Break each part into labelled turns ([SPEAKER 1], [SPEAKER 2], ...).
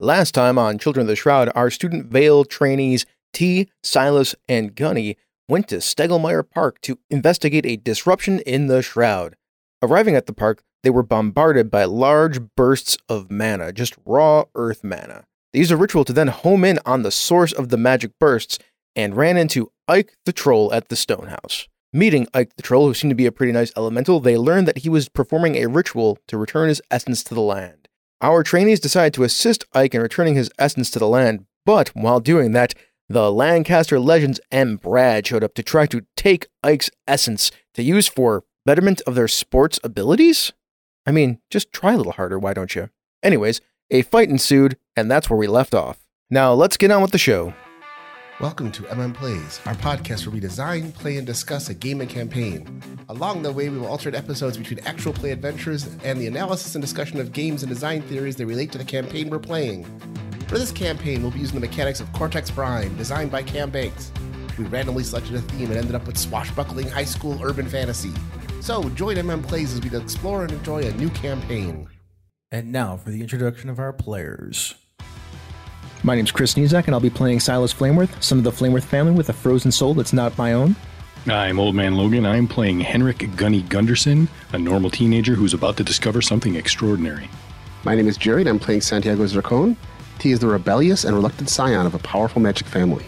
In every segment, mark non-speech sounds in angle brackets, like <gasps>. [SPEAKER 1] Last time on Children of the Shroud, our student Vale trainees T, Silas, and Gunny went to Stegelmeyer Park to investigate a disruption in the Shroud. Arriving at the park, they were bombarded by large bursts of mana, just raw earth mana. They used a ritual to then home in on the source of the magic bursts and ran into Ike the Troll at the Stonehouse. Meeting Ike the Troll, who seemed to be a pretty nice elemental, they learned that he was performing a ritual to return his essence to the land. Our trainees decide to assist Ike in returning his essence to the land, but while doing that, the Lancaster legends and Brad showed up to try to take Ike's essence to use for betterment of their sports abilities? I mean, just try a little harder, why don't you? Anyways, a fight ensued, and that's where we left off. Now let's get on with the show.
[SPEAKER 2] Welcome to MM Plays, our podcast where we design, play, and discuss a game and campaign. Along the way, we will alternate episodes between actual play adventures and the analysis and discussion of games and design theories that relate to the campaign we're playing. For this campaign, we'll be using the mechanics of Cortex Prime, designed by Cam Banks. We randomly selected a theme and ended up with swashbuckling high school urban fantasy. So join MM Plays as we explore and enjoy a new campaign.
[SPEAKER 3] And now for the introduction of our players.
[SPEAKER 4] My name's Chris Nizak, and I'll be playing Silas Flameworth, son of the Flameworth family with a frozen soul that's not my own.
[SPEAKER 5] I'm Old Man Logan. I'm playing Henrik Gunny Gunderson, a normal teenager who's about to discover something extraordinary.
[SPEAKER 6] My name is Jerry, and I'm playing Santiago Zircon. He is the rebellious and reluctant scion of a powerful magic family.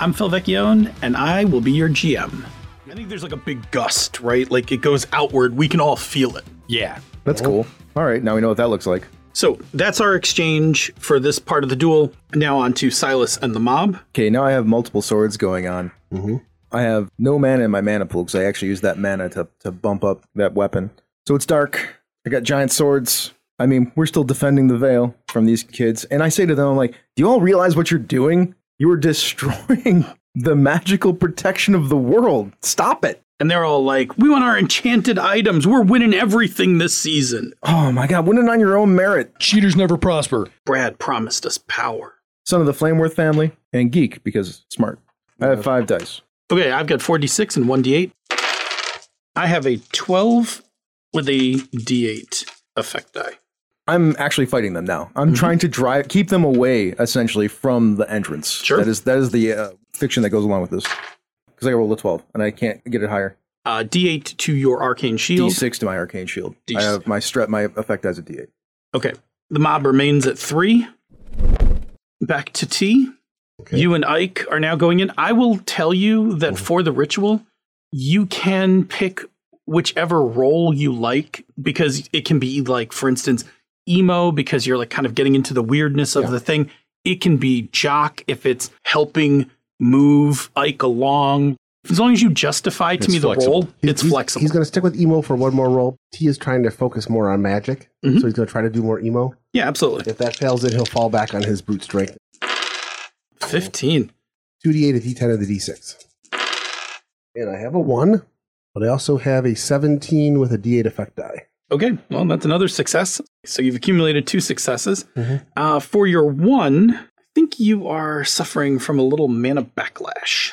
[SPEAKER 7] I'm Phil Vecchione, and I will be your GM. I think there's like a big gust, right? Like it goes outward. We can all feel it.
[SPEAKER 5] Yeah.
[SPEAKER 4] That's cool.
[SPEAKER 3] Oh.
[SPEAKER 4] All right, now we know what that looks like.
[SPEAKER 7] So that's our exchange for this part of the duel. Now on to Silas and the mob.
[SPEAKER 3] Okay, now I have multiple swords going on.
[SPEAKER 6] Mm-hmm.
[SPEAKER 3] I have no mana in my mana pool because I actually use that mana to, to bump up that weapon. So it's dark. I got giant swords. I mean, we're still defending the veil from these kids. And I say to them, I'm like, do you all realize what you're doing? You are <laughs> destroying the magical protection of the world. Stop it.
[SPEAKER 7] And they're all like, we want our enchanted items. We're winning everything this season.
[SPEAKER 3] Oh my God, winning on your own merit.
[SPEAKER 5] Cheaters never prosper.
[SPEAKER 7] Brad promised us power.
[SPEAKER 3] Son of the Flameworth family and geek because smart. I have five dice.
[SPEAKER 7] Okay, I've got 4d6 and 1d8. I have a 12 with a d8 effect die.
[SPEAKER 3] I'm actually fighting them now. I'm trying to drive, keep them away essentially from the entrance.
[SPEAKER 7] Sure.
[SPEAKER 3] That is that is the uh, fiction that goes along with this. Because I rolled a twelve and I can't get it higher.
[SPEAKER 7] Uh, d8 to your arcane shield.
[SPEAKER 3] D6 to my arcane shield.
[SPEAKER 7] D6.
[SPEAKER 3] I have my strep. My effect has a D8.
[SPEAKER 7] Okay. The mob remains at three. Back to T. You and Ike are now going in. I will tell you that for the ritual, you can pick whichever role you like because it can be like, for instance, emo because you're like kind of getting into the weirdness of the thing. It can be jock if it's helping move Ike along. As long as you justify to
[SPEAKER 5] It's
[SPEAKER 7] me the
[SPEAKER 5] flexible.
[SPEAKER 7] role, it's
[SPEAKER 6] he's,
[SPEAKER 7] flexible.
[SPEAKER 6] He's going to stick with emo for one more roll. T is trying to focus more on magic,
[SPEAKER 5] Mm-hmm.
[SPEAKER 7] Mhm.
[SPEAKER 6] so he's going to try to do more emo.
[SPEAKER 7] yeah, absolutely.
[SPEAKER 6] If that fails, then he'll fall back on his brute strength.
[SPEAKER 7] 15.
[SPEAKER 6] 2d8, a d10, and the d6. And I have a 1, but I also have a 17 with a d8 effect die.
[SPEAKER 7] Okay, well, that's another success. So you've accumulated two successes. Uh, for your one, I think you are suffering from a little mana backlash.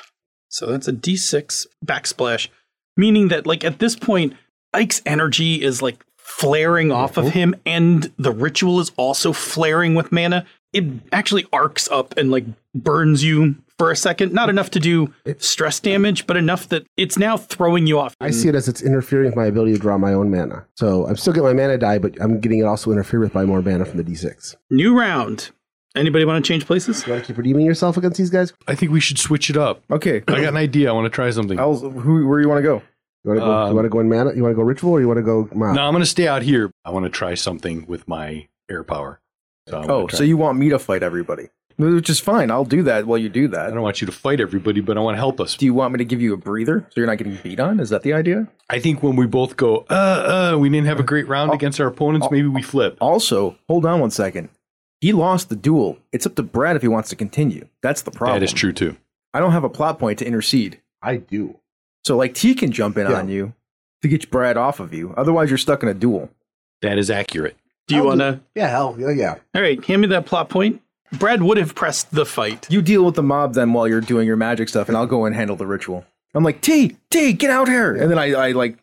[SPEAKER 7] So that's a d6 backsplash, meaning that, like, at this point, Ike's energy is like flaring off of him, and the ritual is also flaring with mana. It actually arcs up and like burns you for a second. Not enough to do stress damage, but enough that it's now throwing you off.
[SPEAKER 5] Mm-hmm.
[SPEAKER 6] I see it as it's interfering with my ability to draw my own mana. So I'm still getting my mana die, but I'm getting it also interfered with by more mana from the d6.
[SPEAKER 7] New round. Anybody want to change places?
[SPEAKER 6] You want to keep redeeming yourself against these guys?
[SPEAKER 5] I think we should switch it up.
[SPEAKER 3] Okay.
[SPEAKER 5] I got an idea. I want to try something.
[SPEAKER 3] I'll, who, where you want to go?
[SPEAKER 6] You want to go, you
[SPEAKER 5] Um,
[SPEAKER 6] want to go in mana? You want to go ritual or you want to go mob?
[SPEAKER 5] No, I'm going to stay out here. I want to try something with my air power. So I'm
[SPEAKER 3] Oh,
[SPEAKER 5] gonna try-
[SPEAKER 3] so you want me to fight everybody? Which is fine. I'll do that while you do
[SPEAKER 5] I
[SPEAKER 3] that.
[SPEAKER 5] don't want you to fight everybody, but I want to help us.
[SPEAKER 3] Do you want me to give you a breather so you're not getting beat on? Is that the idea?
[SPEAKER 5] I think when we both go, uh, uh, we didn't have a great
[SPEAKER 3] Oh.
[SPEAKER 5] round against our opponents, maybe we flip.
[SPEAKER 3] Also, hold on one second. He lost the duel. It's up to Brad if he wants to continue. That's the problem.
[SPEAKER 5] That is true, too.
[SPEAKER 3] I don't have a plot point to intercede.
[SPEAKER 6] I do.
[SPEAKER 3] So like T can jump in
[SPEAKER 6] Yeah.
[SPEAKER 3] on you to get Brad off of you. Otherwise, you're stuck in a duel.
[SPEAKER 5] That is accurate.
[SPEAKER 7] Do you
[SPEAKER 6] I'll
[SPEAKER 7] want
[SPEAKER 6] do-
[SPEAKER 7] to?
[SPEAKER 6] Yeah, hell, yeah, yeah.
[SPEAKER 7] All right, hand me that plot point. Brad would have pressed the fight.
[SPEAKER 3] You deal with the mob then while you're doing your magic stuff, and I'll go and handle the ritual. I'm like T T, get out here, and then I, I like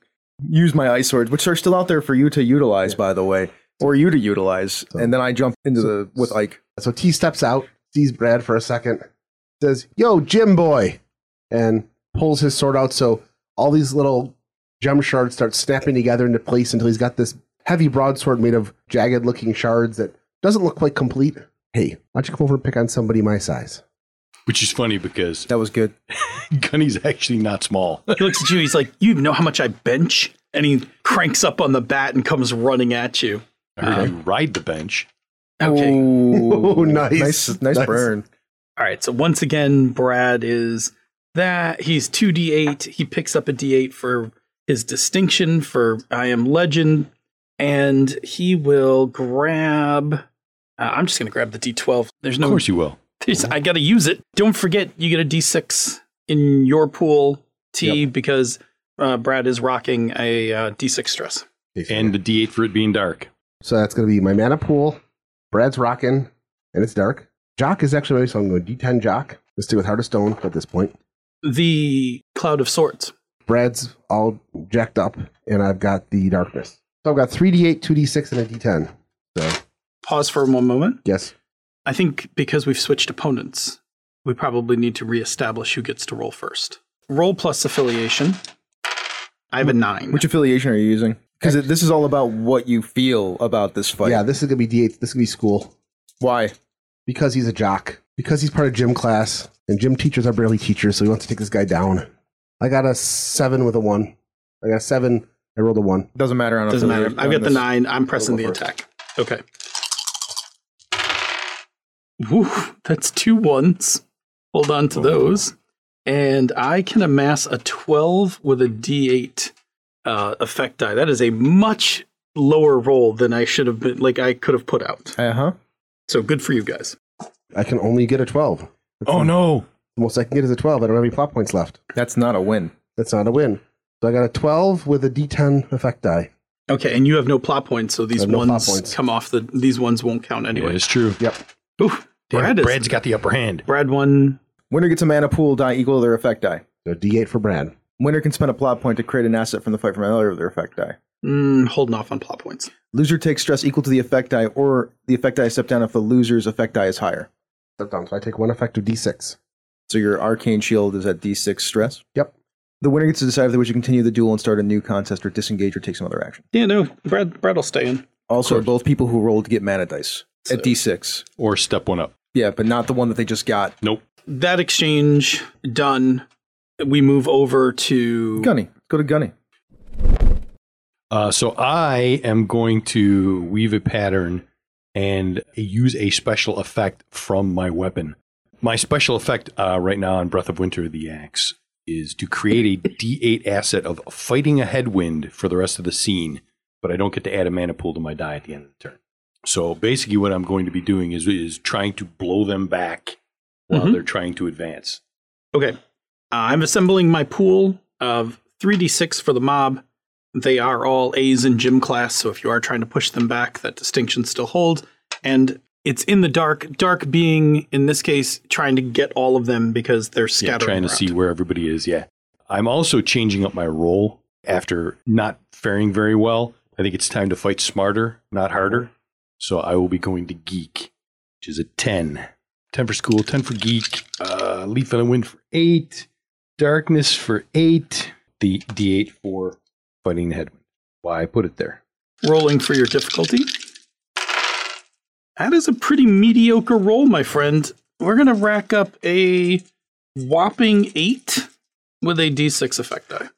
[SPEAKER 3] use my ice swords, which are still out there for you to utilize, by the way. or you to utilize,
[SPEAKER 6] So-
[SPEAKER 3] and then I jump into the with Ike.
[SPEAKER 6] So T steps out, sees Brad for a second, says, Yo, Jim boy, and pulls his sword out. So all these little gem shards start snapping together into place until he's got this heavy broadsword made of jagged looking shards that doesn't look quite complete. Hey, why don't you come over and pick on somebody my size?
[SPEAKER 5] Which is funny because <laughs>
[SPEAKER 3] That was good.
[SPEAKER 5] Gunny's actually not small.
[SPEAKER 7] He looks at you. He's like, "You know how much I bench?" And he cranks up on the bat and comes running at you.
[SPEAKER 5] I heard you ride the bench.
[SPEAKER 7] Okay.
[SPEAKER 3] Ooh,
[SPEAKER 6] Oh, nice.
[SPEAKER 3] nice, nice
[SPEAKER 6] Nice.
[SPEAKER 3] burn.
[SPEAKER 7] All right. So once again, Brad is that he's two d8. He picks up a d8 for his distinction for I am legend, and he will grab. Uh, I'm just gonna grab the d12. There's
[SPEAKER 5] Of
[SPEAKER 7] no.
[SPEAKER 5] course you will.
[SPEAKER 7] <laughs> there's- I gotta use it. Don't forget, you get a d6 in your pool T because uh, Brad is rocking a uh, d6 stress.
[SPEAKER 5] And the D8 for it being dark.
[SPEAKER 6] So that's going to be my mana pool. Brad's rocking, and it's dark. Jock is actually ready, so I'm going to D10 Jock. Let's do with Heart of Stone at this point.
[SPEAKER 7] The cloud of swords.
[SPEAKER 6] Brad's all jacked up, and I've got the darkness. So I've got 3d8, 2d6, and a d10. So,
[SPEAKER 7] Pause for one moment.
[SPEAKER 6] yes.
[SPEAKER 7] I think because we've switched opponents, we probably need to reestablish who gets to roll first. Roll plus affiliation. I have a nine.
[SPEAKER 3] Which affiliation are you using? Because this is all about what you feel about this fight.
[SPEAKER 6] yeah, this is going to be d8. This is going to be school
[SPEAKER 3] Why?
[SPEAKER 6] because he's a jock, because he's part of gym class, and gym teachers are barely teachers, so he wants to take this guy down. I got a 7 with a 1. I got a 7. I rolled a 1.
[SPEAKER 3] Doesn't matter. On
[SPEAKER 7] doesn't matter.
[SPEAKER 3] affiliation
[SPEAKER 7] I've
[SPEAKER 3] on
[SPEAKER 7] got the
[SPEAKER 3] this.
[SPEAKER 7] nine. I'm pressing the
[SPEAKER 6] Roll first.
[SPEAKER 7] attack. Okay. Woo, that's two ones. Hold on to those. And I can amass a 12 with a d8 uh, effect die. That is a much lower roll than I should have been, like I could have put out.
[SPEAKER 3] Uh huh.
[SPEAKER 7] So good for you guys.
[SPEAKER 6] I can only get a 12.
[SPEAKER 5] Oh no.
[SPEAKER 6] The most I can get is a 12. I don't have any plot points left.
[SPEAKER 3] That's not a win.
[SPEAKER 6] That's not a win. So I got a 12 with a d10 effect die.
[SPEAKER 7] Okay, and you have no plot points, so these
[SPEAKER 6] have no plot
[SPEAKER 7] ones
[SPEAKER 6] points.
[SPEAKER 7] come off the. These ones won't count
[SPEAKER 5] Anyway,
[SPEAKER 7] anyway.
[SPEAKER 5] it's true.
[SPEAKER 6] Yep.
[SPEAKER 7] Oof,
[SPEAKER 5] Damn it,
[SPEAKER 7] Brad is
[SPEAKER 5] Brad's got the upper hand.
[SPEAKER 7] Brad one.
[SPEAKER 3] Winner gets a mana pool die equal to their effect die.
[SPEAKER 6] So d8 for Brad.
[SPEAKER 3] Winner can spend a plot point to create an asset from the fight from another of their effect die.
[SPEAKER 7] Mm, holding off on plot points.
[SPEAKER 3] Loser takes stress equal to the effect die, or the effect die is stepped down if the loser's effect die is higher.
[SPEAKER 6] Step down. So I take one effective d6.
[SPEAKER 3] So your arcane shield is at d6 stress.
[SPEAKER 6] Yep.
[SPEAKER 3] The winner gets to decide if they wish to continue the duel and start a new contest, or disengage or take some other action.
[SPEAKER 7] Yeah, no, Brad. Brad will stay in.
[SPEAKER 3] Also, both people who rolled get mana dice at d6.
[SPEAKER 5] Or step one up.
[SPEAKER 3] Yeah, but not the one that they just got.
[SPEAKER 5] Nope.
[SPEAKER 7] That exchange done. We move over to
[SPEAKER 3] Gunny, go to Gunny.
[SPEAKER 5] Uh, so I am going to weave a pattern and use a special effect from my weapon. My special effect uh, right now on Breath of Winter, the axe, is to create a D8 asset of fighting a headwind for the rest of the scene, but I don't get to add a mana pool to my die at the end of the turn. So basically, what I'm going to be doing is is trying to blow them back while
[SPEAKER 7] Mhm.
[SPEAKER 5] they're trying to advance.
[SPEAKER 7] Okay, uh, I'm assembling my pool of three d six for the mob. They are all A's in gym class, so if you are trying to push them back, that distinction still holds. And it's in the dark. Dark being in this case trying to get all of them because they're
[SPEAKER 5] Yeah,
[SPEAKER 7] scattering.
[SPEAKER 5] trying to
[SPEAKER 7] around.
[SPEAKER 5] see where everybody is. Yeah. I'm also changing up my role after not faring very well. I think it's time to fight smarter, not harder. So I will be going to geek, which is a 10. 10 for school, 10 for geek, uh, leaf and the wind for 8, darkness for 8, the d8 for fighting the headwind. Why I put it there.
[SPEAKER 7] rolling for your difficulty. That is a pretty mediocre roll, my friend. We're going to rack up a whopping eight with a d6 effect die.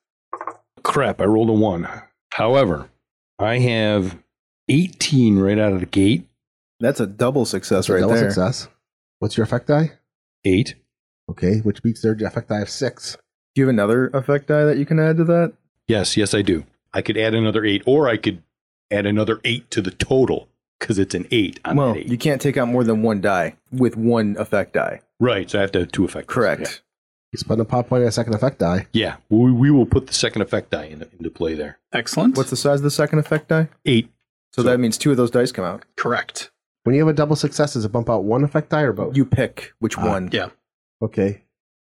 [SPEAKER 5] crap, I rolled a one. However, I have 18 right out of the gate.
[SPEAKER 3] That's a double success
[SPEAKER 6] So
[SPEAKER 3] right
[SPEAKER 6] double
[SPEAKER 3] there.
[SPEAKER 6] success. What's your effect die?
[SPEAKER 5] 8.
[SPEAKER 6] Okay, which beats their effect die of six.
[SPEAKER 3] Do you have another effect die that you can add to that?
[SPEAKER 5] Yes, yes, I do. I could add another eight, or I could add another eight to the total because it's an eight on
[SPEAKER 3] well,
[SPEAKER 5] that eight.
[SPEAKER 3] you can't take out more than one die with one effect die.
[SPEAKER 5] right, so I have to have two effects.
[SPEAKER 3] Correct.
[SPEAKER 6] You spend a pop point on a second effect die.
[SPEAKER 5] Yeah, yeah we, we will put the second effect die in, into play there.
[SPEAKER 7] Excellent.
[SPEAKER 3] What's the size of the second effect die?
[SPEAKER 5] Eight.
[SPEAKER 3] So, that means two of those dice come out.
[SPEAKER 7] correct?
[SPEAKER 6] When you have a double success, does it bump out one effect die or both?
[SPEAKER 3] You pick which
[SPEAKER 6] Ah,
[SPEAKER 3] one.
[SPEAKER 7] Yeah.
[SPEAKER 6] okay. So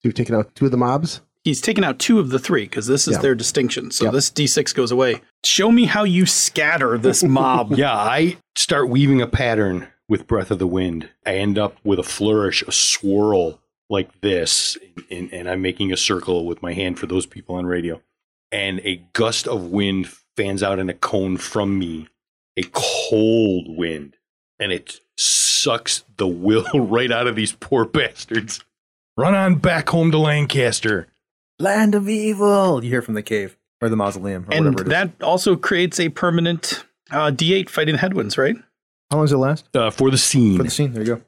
[SPEAKER 6] you've taken out two of the mobs.
[SPEAKER 7] he's taken out two of the three because this is
[SPEAKER 6] Yeah.
[SPEAKER 7] their distinction. So this d6 goes away. Show me how you scatter this mob.
[SPEAKER 5] Yeah, I start weaving a pattern with Breath of the Wind. I end up with a flourish, a swirl like this, and, and I'm making a circle with my hand for those people on radio. And a gust of wind fans out in a cone from me, a cold wind, and it sucks the will <laughs> right out of these poor bastards. Run on back home to Lancaster.
[SPEAKER 3] Land of evil. You hear from the cave or the mausoleum or
[SPEAKER 7] and
[SPEAKER 3] whatever it is.
[SPEAKER 7] that also creates a permanent uh, d8 fighting headwinds, right?
[SPEAKER 3] How long does it last?
[SPEAKER 5] Uh, for the scene.
[SPEAKER 3] For the scene. There you go.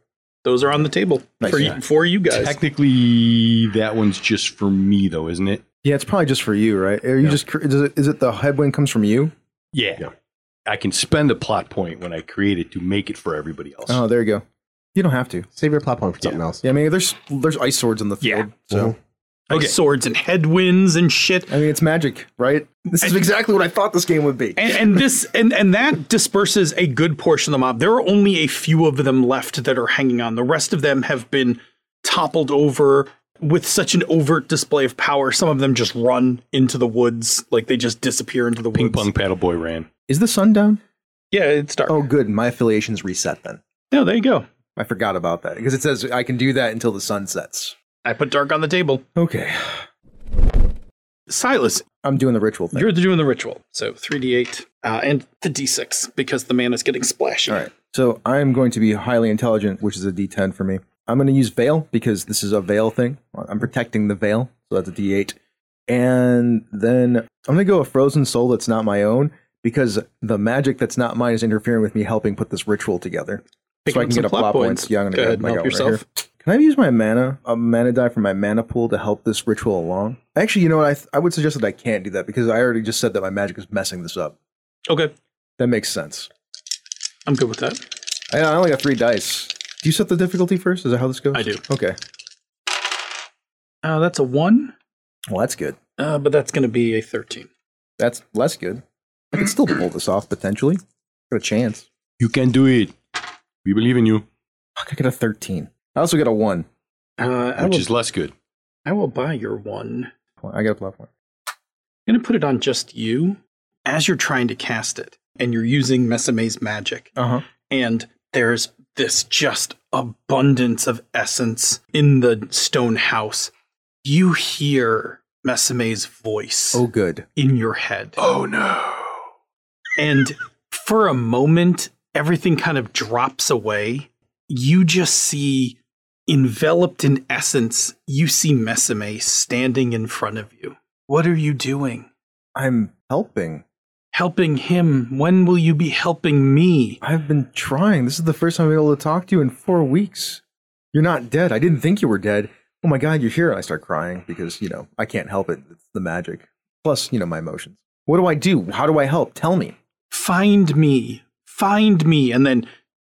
[SPEAKER 7] Those are on the table
[SPEAKER 3] Nice.
[SPEAKER 7] for, you, for you guys.
[SPEAKER 5] Technically, that one's just for me, though, isn't it?
[SPEAKER 3] Yeah, it's probably just for you, right? Are you
[SPEAKER 5] Yeah.
[SPEAKER 3] just cr- is it, is it the headwind comes from you?
[SPEAKER 5] Yeah.
[SPEAKER 6] Yeah.
[SPEAKER 5] I can spend a plot point when I create it to make it for everybody else.
[SPEAKER 3] Oh, there you go. You don't have to.
[SPEAKER 6] Save your plot point for something else.
[SPEAKER 3] Yeah, I mean, there's there's ice swords in the
[SPEAKER 7] Yeah.
[SPEAKER 3] field, so
[SPEAKER 7] Like
[SPEAKER 5] Okay.
[SPEAKER 7] Swords and headwinds and shit.
[SPEAKER 3] I mean, it's magic, right? This is exactly what I thought this game would be.
[SPEAKER 7] And, and this and, and that disperses a good portion of the mob. There are only a few of them left that are hanging on. The rest of them have been toppled over with such an overt display of power. Some of them just run into the woods, like they just disappear into the
[SPEAKER 5] Ping
[SPEAKER 7] woods.
[SPEAKER 5] pong paddle boy ran.
[SPEAKER 3] Is the sun down?
[SPEAKER 7] Yeah, it's dark.
[SPEAKER 3] Oh, good. My affiliation's reset then.
[SPEAKER 7] No, there you go.
[SPEAKER 3] I forgot about that because it says I can do that until the sun sets.
[SPEAKER 7] I put dark on the table.
[SPEAKER 3] Okay,
[SPEAKER 7] Silas,
[SPEAKER 3] I'm doing the ritual thing.
[SPEAKER 7] you're doing the ritual. So 3d8 uh, and the d6 because the man is getting splashy.
[SPEAKER 3] All right. So I'm going to be highly intelligent, which is a D10 for me. I'm going to use veil because this is a veil thing. I'm protecting the veil, so that's a D8. And then I'm going to go a frozen soul that's not my own because the magic that's not mine is interfering with me helping put this ritual together.
[SPEAKER 7] Pick
[SPEAKER 3] so I
[SPEAKER 7] up
[SPEAKER 3] can
[SPEAKER 7] some
[SPEAKER 3] get a plot points. Yeah, I'm going to
[SPEAKER 7] Go ahead and help yourself.
[SPEAKER 3] Can I use my mana, a mana die from my mana pool to help this ritual along? Actually, you know what? I, th- I would suggest that I can't do that because I already just said that my magic is messing this up.
[SPEAKER 7] Okay,
[SPEAKER 3] That makes sense.
[SPEAKER 7] I'm good with that.
[SPEAKER 3] I I only got three dice. Do you set the difficulty first? Is that how this goes?
[SPEAKER 7] I do.
[SPEAKER 3] Okay.
[SPEAKER 7] Uh, that's a 1,
[SPEAKER 3] Well, that's good.
[SPEAKER 7] uh, but that's going to be a 13.
[SPEAKER 3] That's less good. I could still pull this off potentially. Got a chance.
[SPEAKER 5] You can do it. We believe in you,
[SPEAKER 3] Fuck, I got a 13. I also got a 1.
[SPEAKER 7] Uh, I,
[SPEAKER 5] which
[SPEAKER 7] will,
[SPEAKER 5] is less good.
[SPEAKER 7] I will buy your one.
[SPEAKER 3] I got a plus 1.
[SPEAKER 7] I'm going to put it on just you as you're trying to cast it, and you're using Mesame's magic.
[SPEAKER 3] Uh huh.
[SPEAKER 7] And there's this just abundance of essence in the stone house. You hear Mesame's voice
[SPEAKER 3] Oh, good.
[SPEAKER 7] in your head.
[SPEAKER 5] Oh no.
[SPEAKER 7] And for a moment, everything kind of drops away. You just see, enveloped in essence, you see Mesame standing in front of you. What are you doing?
[SPEAKER 3] I'm helping.
[SPEAKER 7] Helping him. When will you be helping me?
[SPEAKER 3] I've been trying. This is the first time I've been able to talk to you in four weeks. You're not dead. I didn't think you were dead. Oh my god, you're here. And I start crying because, you know, I can't help it. It's the magic. Plus, you know, my emotions. What do I do? How do I help? Tell me.
[SPEAKER 7] Find me. Find me. And then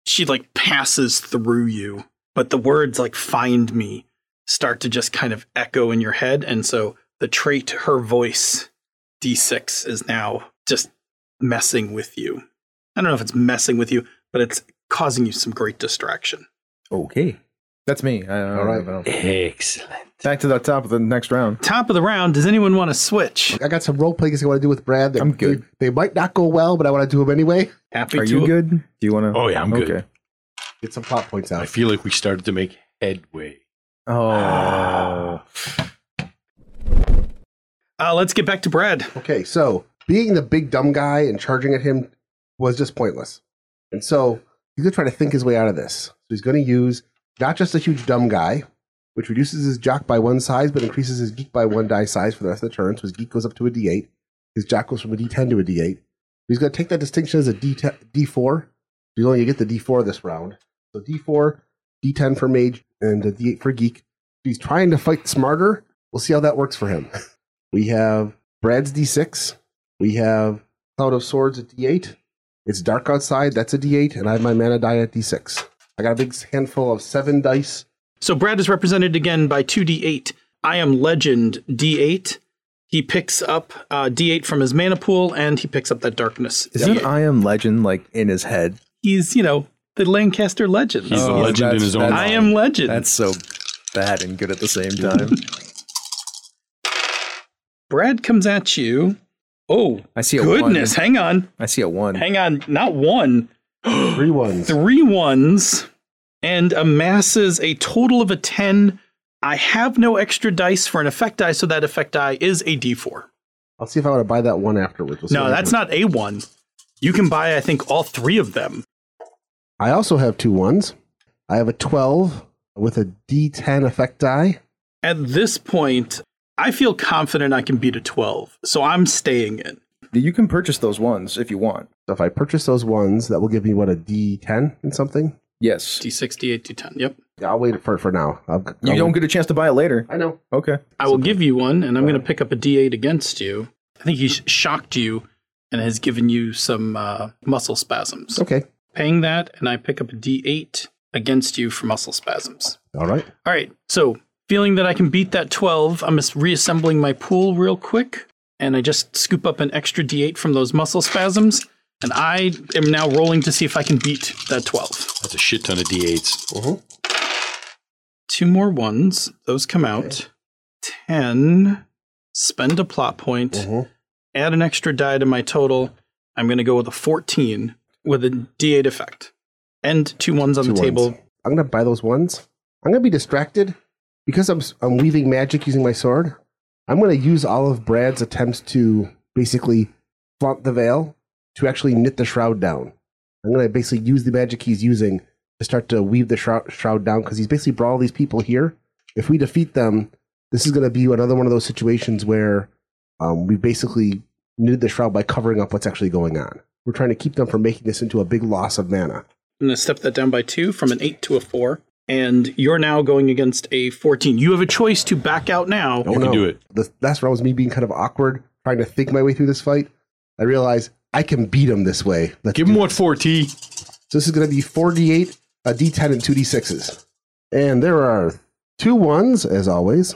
[SPEAKER 7] she like passes through you. But the words like find me start to just kind of echo in your head. And so the trait, her voice, D6, is now just messing with you. I don't know if it's messing with you, but it's causing you some great distraction.
[SPEAKER 3] Okay. That's me. I don't,
[SPEAKER 6] All right.
[SPEAKER 3] I don't know.
[SPEAKER 5] Excellent.
[SPEAKER 3] Back to the top of the next round.
[SPEAKER 7] Top of the round, does anyone want to switch?
[SPEAKER 6] I got some role play games I want to do with Brad. That
[SPEAKER 3] I'm good.
[SPEAKER 6] They, they might not go well, but I want to do them anyway.
[SPEAKER 7] Happy
[SPEAKER 3] Are
[SPEAKER 7] to.
[SPEAKER 3] you good? Do you want to?
[SPEAKER 5] Oh yeah, I'm good.
[SPEAKER 3] Okay.
[SPEAKER 6] Get some plot points
[SPEAKER 5] I
[SPEAKER 6] out.
[SPEAKER 5] feel like we started to make headway. Ah,
[SPEAKER 3] Oh.
[SPEAKER 7] Uh, let's get back to Brad.
[SPEAKER 6] Okay, so being the big dumb guy and charging at him was just pointless. And so he's going to try to think his way out of this. So he's going to use not just a huge dumb guy, which reduces his jock by one size, but increases his geek by one die size for the rest of the turn. So his geek goes up to a d8. His jock goes from a d10 to a d8. He's going to take that distinction as a D10, d4. He's only going to get the d4 this round. So d4, d10 for mage, and a d8 for geek. He's trying to fight smarter. We'll see how that works for him. <laughs> We have Brad's D6. We have Cloud of Swords at D8. It's dark outside. That's a D8. And I have my mana die at D6. I got a big handful of seven dice.
[SPEAKER 7] So Brad is represented again by 2d8. I am legend d8. He picks up uh, d8 from his mana pool and he picks up that darkness.
[SPEAKER 3] Isn't
[SPEAKER 7] D8.
[SPEAKER 3] I am legend like in his head?
[SPEAKER 7] He's, you know, the Lancaster legend.
[SPEAKER 5] He's
[SPEAKER 3] Oh,
[SPEAKER 5] a legend in
[SPEAKER 3] that's-
[SPEAKER 5] his own
[SPEAKER 3] that's-
[SPEAKER 7] I am legend.
[SPEAKER 3] That's so bad and good at the same time.
[SPEAKER 7] Brad comes at you. Oh,
[SPEAKER 3] I see a
[SPEAKER 7] goodness.
[SPEAKER 3] one.
[SPEAKER 7] Hang on.
[SPEAKER 3] I see a one.
[SPEAKER 7] Hang on. Not one,
[SPEAKER 6] Three ones.
[SPEAKER 7] three ones, and amasses a total of a 10. I have no extra dice for an effect die, so that effect die is a d4.
[SPEAKER 6] I'll see if I want to buy that one afterwards. We'll see
[SPEAKER 7] No,
[SPEAKER 6] what
[SPEAKER 7] that's
[SPEAKER 6] happens.
[SPEAKER 7] not a one. You can buy, I think, all three of them.
[SPEAKER 6] I also have two ones. I have a 12 with a D10 effect die.
[SPEAKER 7] At this point, I feel confident I can beat a 12, so I'm staying in.
[SPEAKER 3] You can purchase those ones if you want.
[SPEAKER 6] So if I purchase those ones, that will give me what a D10 and something.
[SPEAKER 3] Yes.
[SPEAKER 7] D68 to 10. Yep.
[SPEAKER 6] Yeah, I'll wait for it for now. I'll,
[SPEAKER 3] You
[SPEAKER 6] I'll-
[SPEAKER 3] don't get a chance to buy it later.
[SPEAKER 6] I know.
[SPEAKER 3] Okay.
[SPEAKER 7] I will give you one, and I'm going to pick up a D8 against you. I think he's shocked you and has given you some uh, muscle spasms.
[SPEAKER 6] Okay.
[SPEAKER 7] Paying that, and I pick up a D8 against you for muscle spasms.
[SPEAKER 6] All right.
[SPEAKER 7] All right. So, feeling that I can beat that 12, I'm just reassembling my pool real quick. And I just scoop up an extra D8 from those muscle spasms. And I am now rolling to see if I can beat that 12.
[SPEAKER 5] That's a shit ton of D8s.
[SPEAKER 6] Mm-hmm.
[SPEAKER 7] Two more ones. Those come out. 10. Spend a plot point.
[SPEAKER 6] Mm-hmm.
[SPEAKER 7] Add an extra die to my total. I'm going to go with a 14 with a D8 effect. And two ones on
[SPEAKER 6] Two
[SPEAKER 7] the
[SPEAKER 6] ones.
[SPEAKER 7] table.
[SPEAKER 6] I'm gonna buy those ones. I'm gonna be distracted because I'm s- I'm weaving magic using my sword. I'm gonna use all of Brad's attempts to basically flaunt the veil to actually knit the shroud down. I'm gonna basically use the magic he's using to start to weave the shroud, shroud down because he's basically brought all these people here. If we defeat them, this is gonna be another one of those situations where um, we basically knitted the shroud by covering up what's actually going on. We're trying to keep them from making this into a big loss of mana.
[SPEAKER 7] I'm going to step that down by two from an eight to a four. And you're now going against a 14. You have a choice to back out now.
[SPEAKER 5] You can do it.
[SPEAKER 6] The last round was me being kind of awkward, trying to think my way through this fight. I realized I can beat him this way. Let's
[SPEAKER 5] Give
[SPEAKER 6] do
[SPEAKER 5] him
[SPEAKER 6] it.
[SPEAKER 5] what 4T.
[SPEAKER 6] So this is going to be 4d8, a d10, and 2d6s. And there are two ones, as always.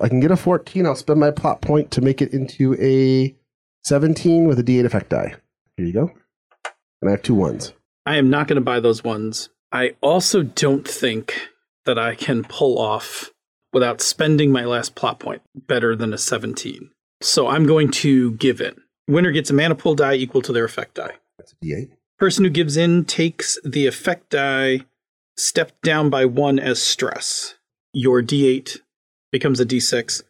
[SPEAKER 6] I can get a 14. I'll spend my plot point to make it into a 17 with a d8 effect die. Here you go. And I have two ones.
[SPEAKER 7] I am not going to buy those ones. I also don't think that I can pull off without spending my last plot point better than a 17. So I'm going to give in. Winner gets a mana pool die equal to their effect die.
[SPEAKER 6] That's a d8.
[SPEAKER 7] Person who gives in takes the effect die stepped down by one as stress. Your d8 becomes a d6.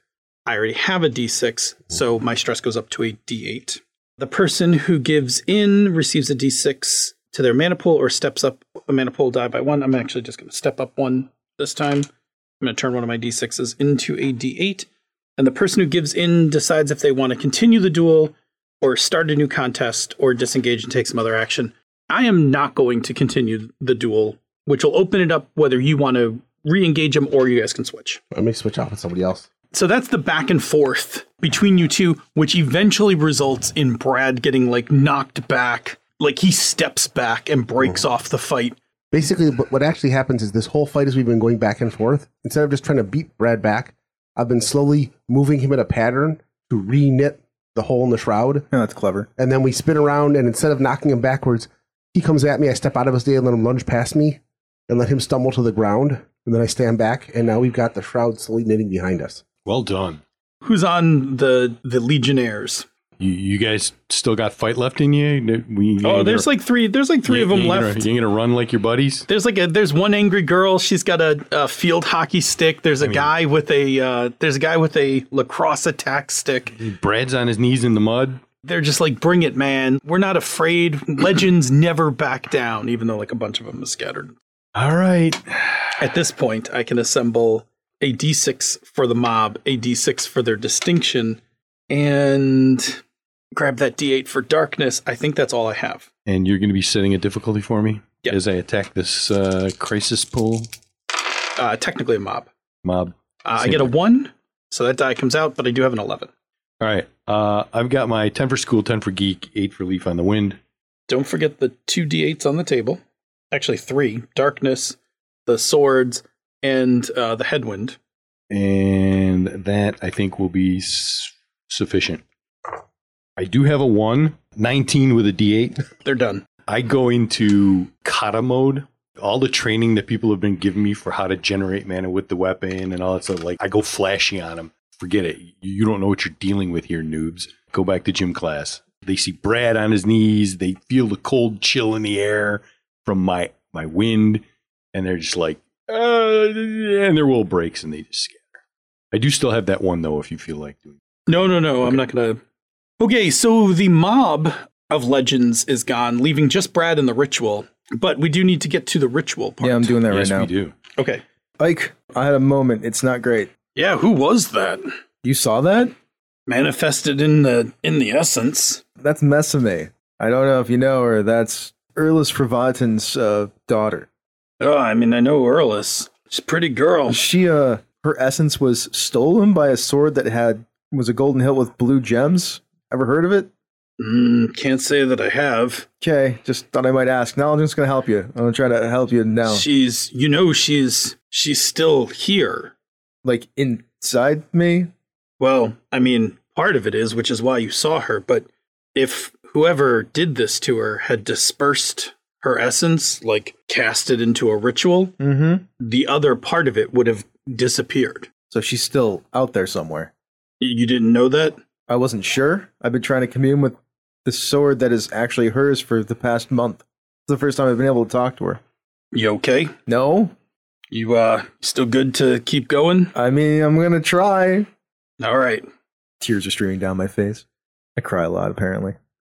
[SPEAKER 7] I already have a d6, so my stress goes up to a d8. The person who gives in receives a d6 to their mana pool or steps up a mana pool die by one. I'm actually just going to step up one this time. I'm going to turn one of my d6s into a d8. And the person who gives in decides if they want to continue the duel or start a new contest or disengage and take some other action. I am not going to continue the duel, which will open it up whether you want to re engage him or you guys can switch.
[SPEAKER 6] I may switch off with somebody else.
[SPEAKER 7] So that's the back and forth between you two, which eventually results in Brad getting like knocked back. Like he steps back and breaks off the fight.
[SPEAKER 6] basically what what actually happens is this whole fight as we've been going back and forth instead of just trying to beat brad back i've been slowly moving him in a pattern to re-knit the hole in the shroud
[SPEAKER 3] Oh, that's clever.
[SPEAKER 6] and then we spin around and instead of knocking him backwards he comes at me i step out of his way and let him lunge past me and let him stumble to the ground and then i stand back and now we've got the shroud slowly knitting behind us
[SPEAKER 5] Well done.
[SPEAKER 7] Who's on the the Legionnaires?
[SPEAKER 5] You, you guys still got fight left in you? We,
[SPEAKER 7] Oh, there's like three. There's like three of them left.
[SPEAKER 5] you ain't going to run like your buddies?
[SPEAKER 7] There's like a there's one angry girl. She's got a, a field hockey stick. There's a guy with a uh, there's a guy with a lacrosse attack stick.
[SPEAKER 5] Brad's on his knees in the mud.
[SPEAKER 7] They're just like, bring it, man. We're not afraid. Legends never back down, even though like a bunch of them is scattered.
[SPEAKER 5] All right.
[SPEAKER 7] At this point, I can assemble a d6 for the mob, a d6 for their distinction, and grab that d8 for darkness. I think that's all I have.
[SPEAKER 5] And you're going to be setting a difficulty for me
[SPEAKER 7] Yeah.
[SPEAKER 5] as I attack this uh, crisis pool
[SPEAKER 7] Uh, technically a mob.
[SPEAKER 5] mob.
[SPEAKER 7] Uh, I
[SPEAKER 5] Same
[SPEAKER 7] get a
[SPEAKER 5] here.
[SPEAKER 7] one, so that die comes out, but I do have an eleven.
[SPEAKER 5] All right. Uh, I've got my 10 for school, 10 for geek, 8 for leaf on the wind.
[SPEAKER 7] Don't forget the two d8s on the table. Actually, three darkness, the swords, and uh, the headwind.
[SPEAKER 5] And that I think will be s- sufficient. I do have a 1, 19 with a D8.
[SPEAKER 7] They're done.
[SPEAKER 5] I go into kata mode. All the training that people have been giving me for how to generate mana with the weapon and all that stuff, like I go flashy on them. forget it. You don't know what you're dealing with here, noobs. Go back to gym class. They see Brad on his knees. They feel the cold chill in the air from my my wind, and they're just like, uh, and their will breaks, and they just scatter. I do still have that one though. If you feel like doing,
[SPEAKER 7] No, no, no. I'm not going to. Okay, so the mob of legends is gone, leaving just Brad and the ritual. But we do need to get to the ritual part.
[SPEAKER 3] Yeah, I'm doing that
[SPEAKER 5] yes, we
[SPEAKER 3] right now.
[SPEAKER 5] do.
[SPEAKER 7] Okay.
[SPEAKER 3] Ike, I had a moment. It's not great.
[SPEAKER 7] Yeah, who was that?
[SPEAKER 3] You saw that?
[SPEAKER 7] Manifested in the in the essence.
[SPEAKER 3] That's Mesame. I don't know if you know her. That's Erlis Fravatin's uh, daughter.
[SPEAKER 7] Oh, I mean, I know Earlis. She's a pretty girl.
[SPEAKER 3] She, uh, her essence was stolen by a sword that had was a golden hilt with blue gems. Ever heard of it?
[SPEAKER 7] Mm, can't say that I have.
[SPEAKER 3] Okay, just thought I might ask. Now I'm just gonna help you. I'm gonna try to help you now.
[SPEAKER 7] She's, you know, she's she's still here.
[SPEAKER 3] like inside me.
[SPEAKER 7] Well, I mean, part of it is, which is why you saw her. But if whoever did this to her had dispersed her essence, like cast it into a ritual,
[SPEAKER 3] Mm-hmm.
[SPEAKER 7] the other part of it would have disappeared.
[SPEAKER 3] So she's still out there somewhere.
[SPEAKER 7] Y- You didn't know that?
[SPEAKER 3] I wasn't sure. I've been trying to commune with the sword that is actually hers for the past month. It's the first time I've been able to talk to her.
[SPEAKER 7] You okay?
[SPEAKER 3] No,
[SPEAKER 7] You uh still good to keep going?
[SPEAKER 3] I mean I'm gonna try.
[SPEAKER 7] All right.
[SPEAKER 3] Tears are streaming down my face. I cry a lot apparently.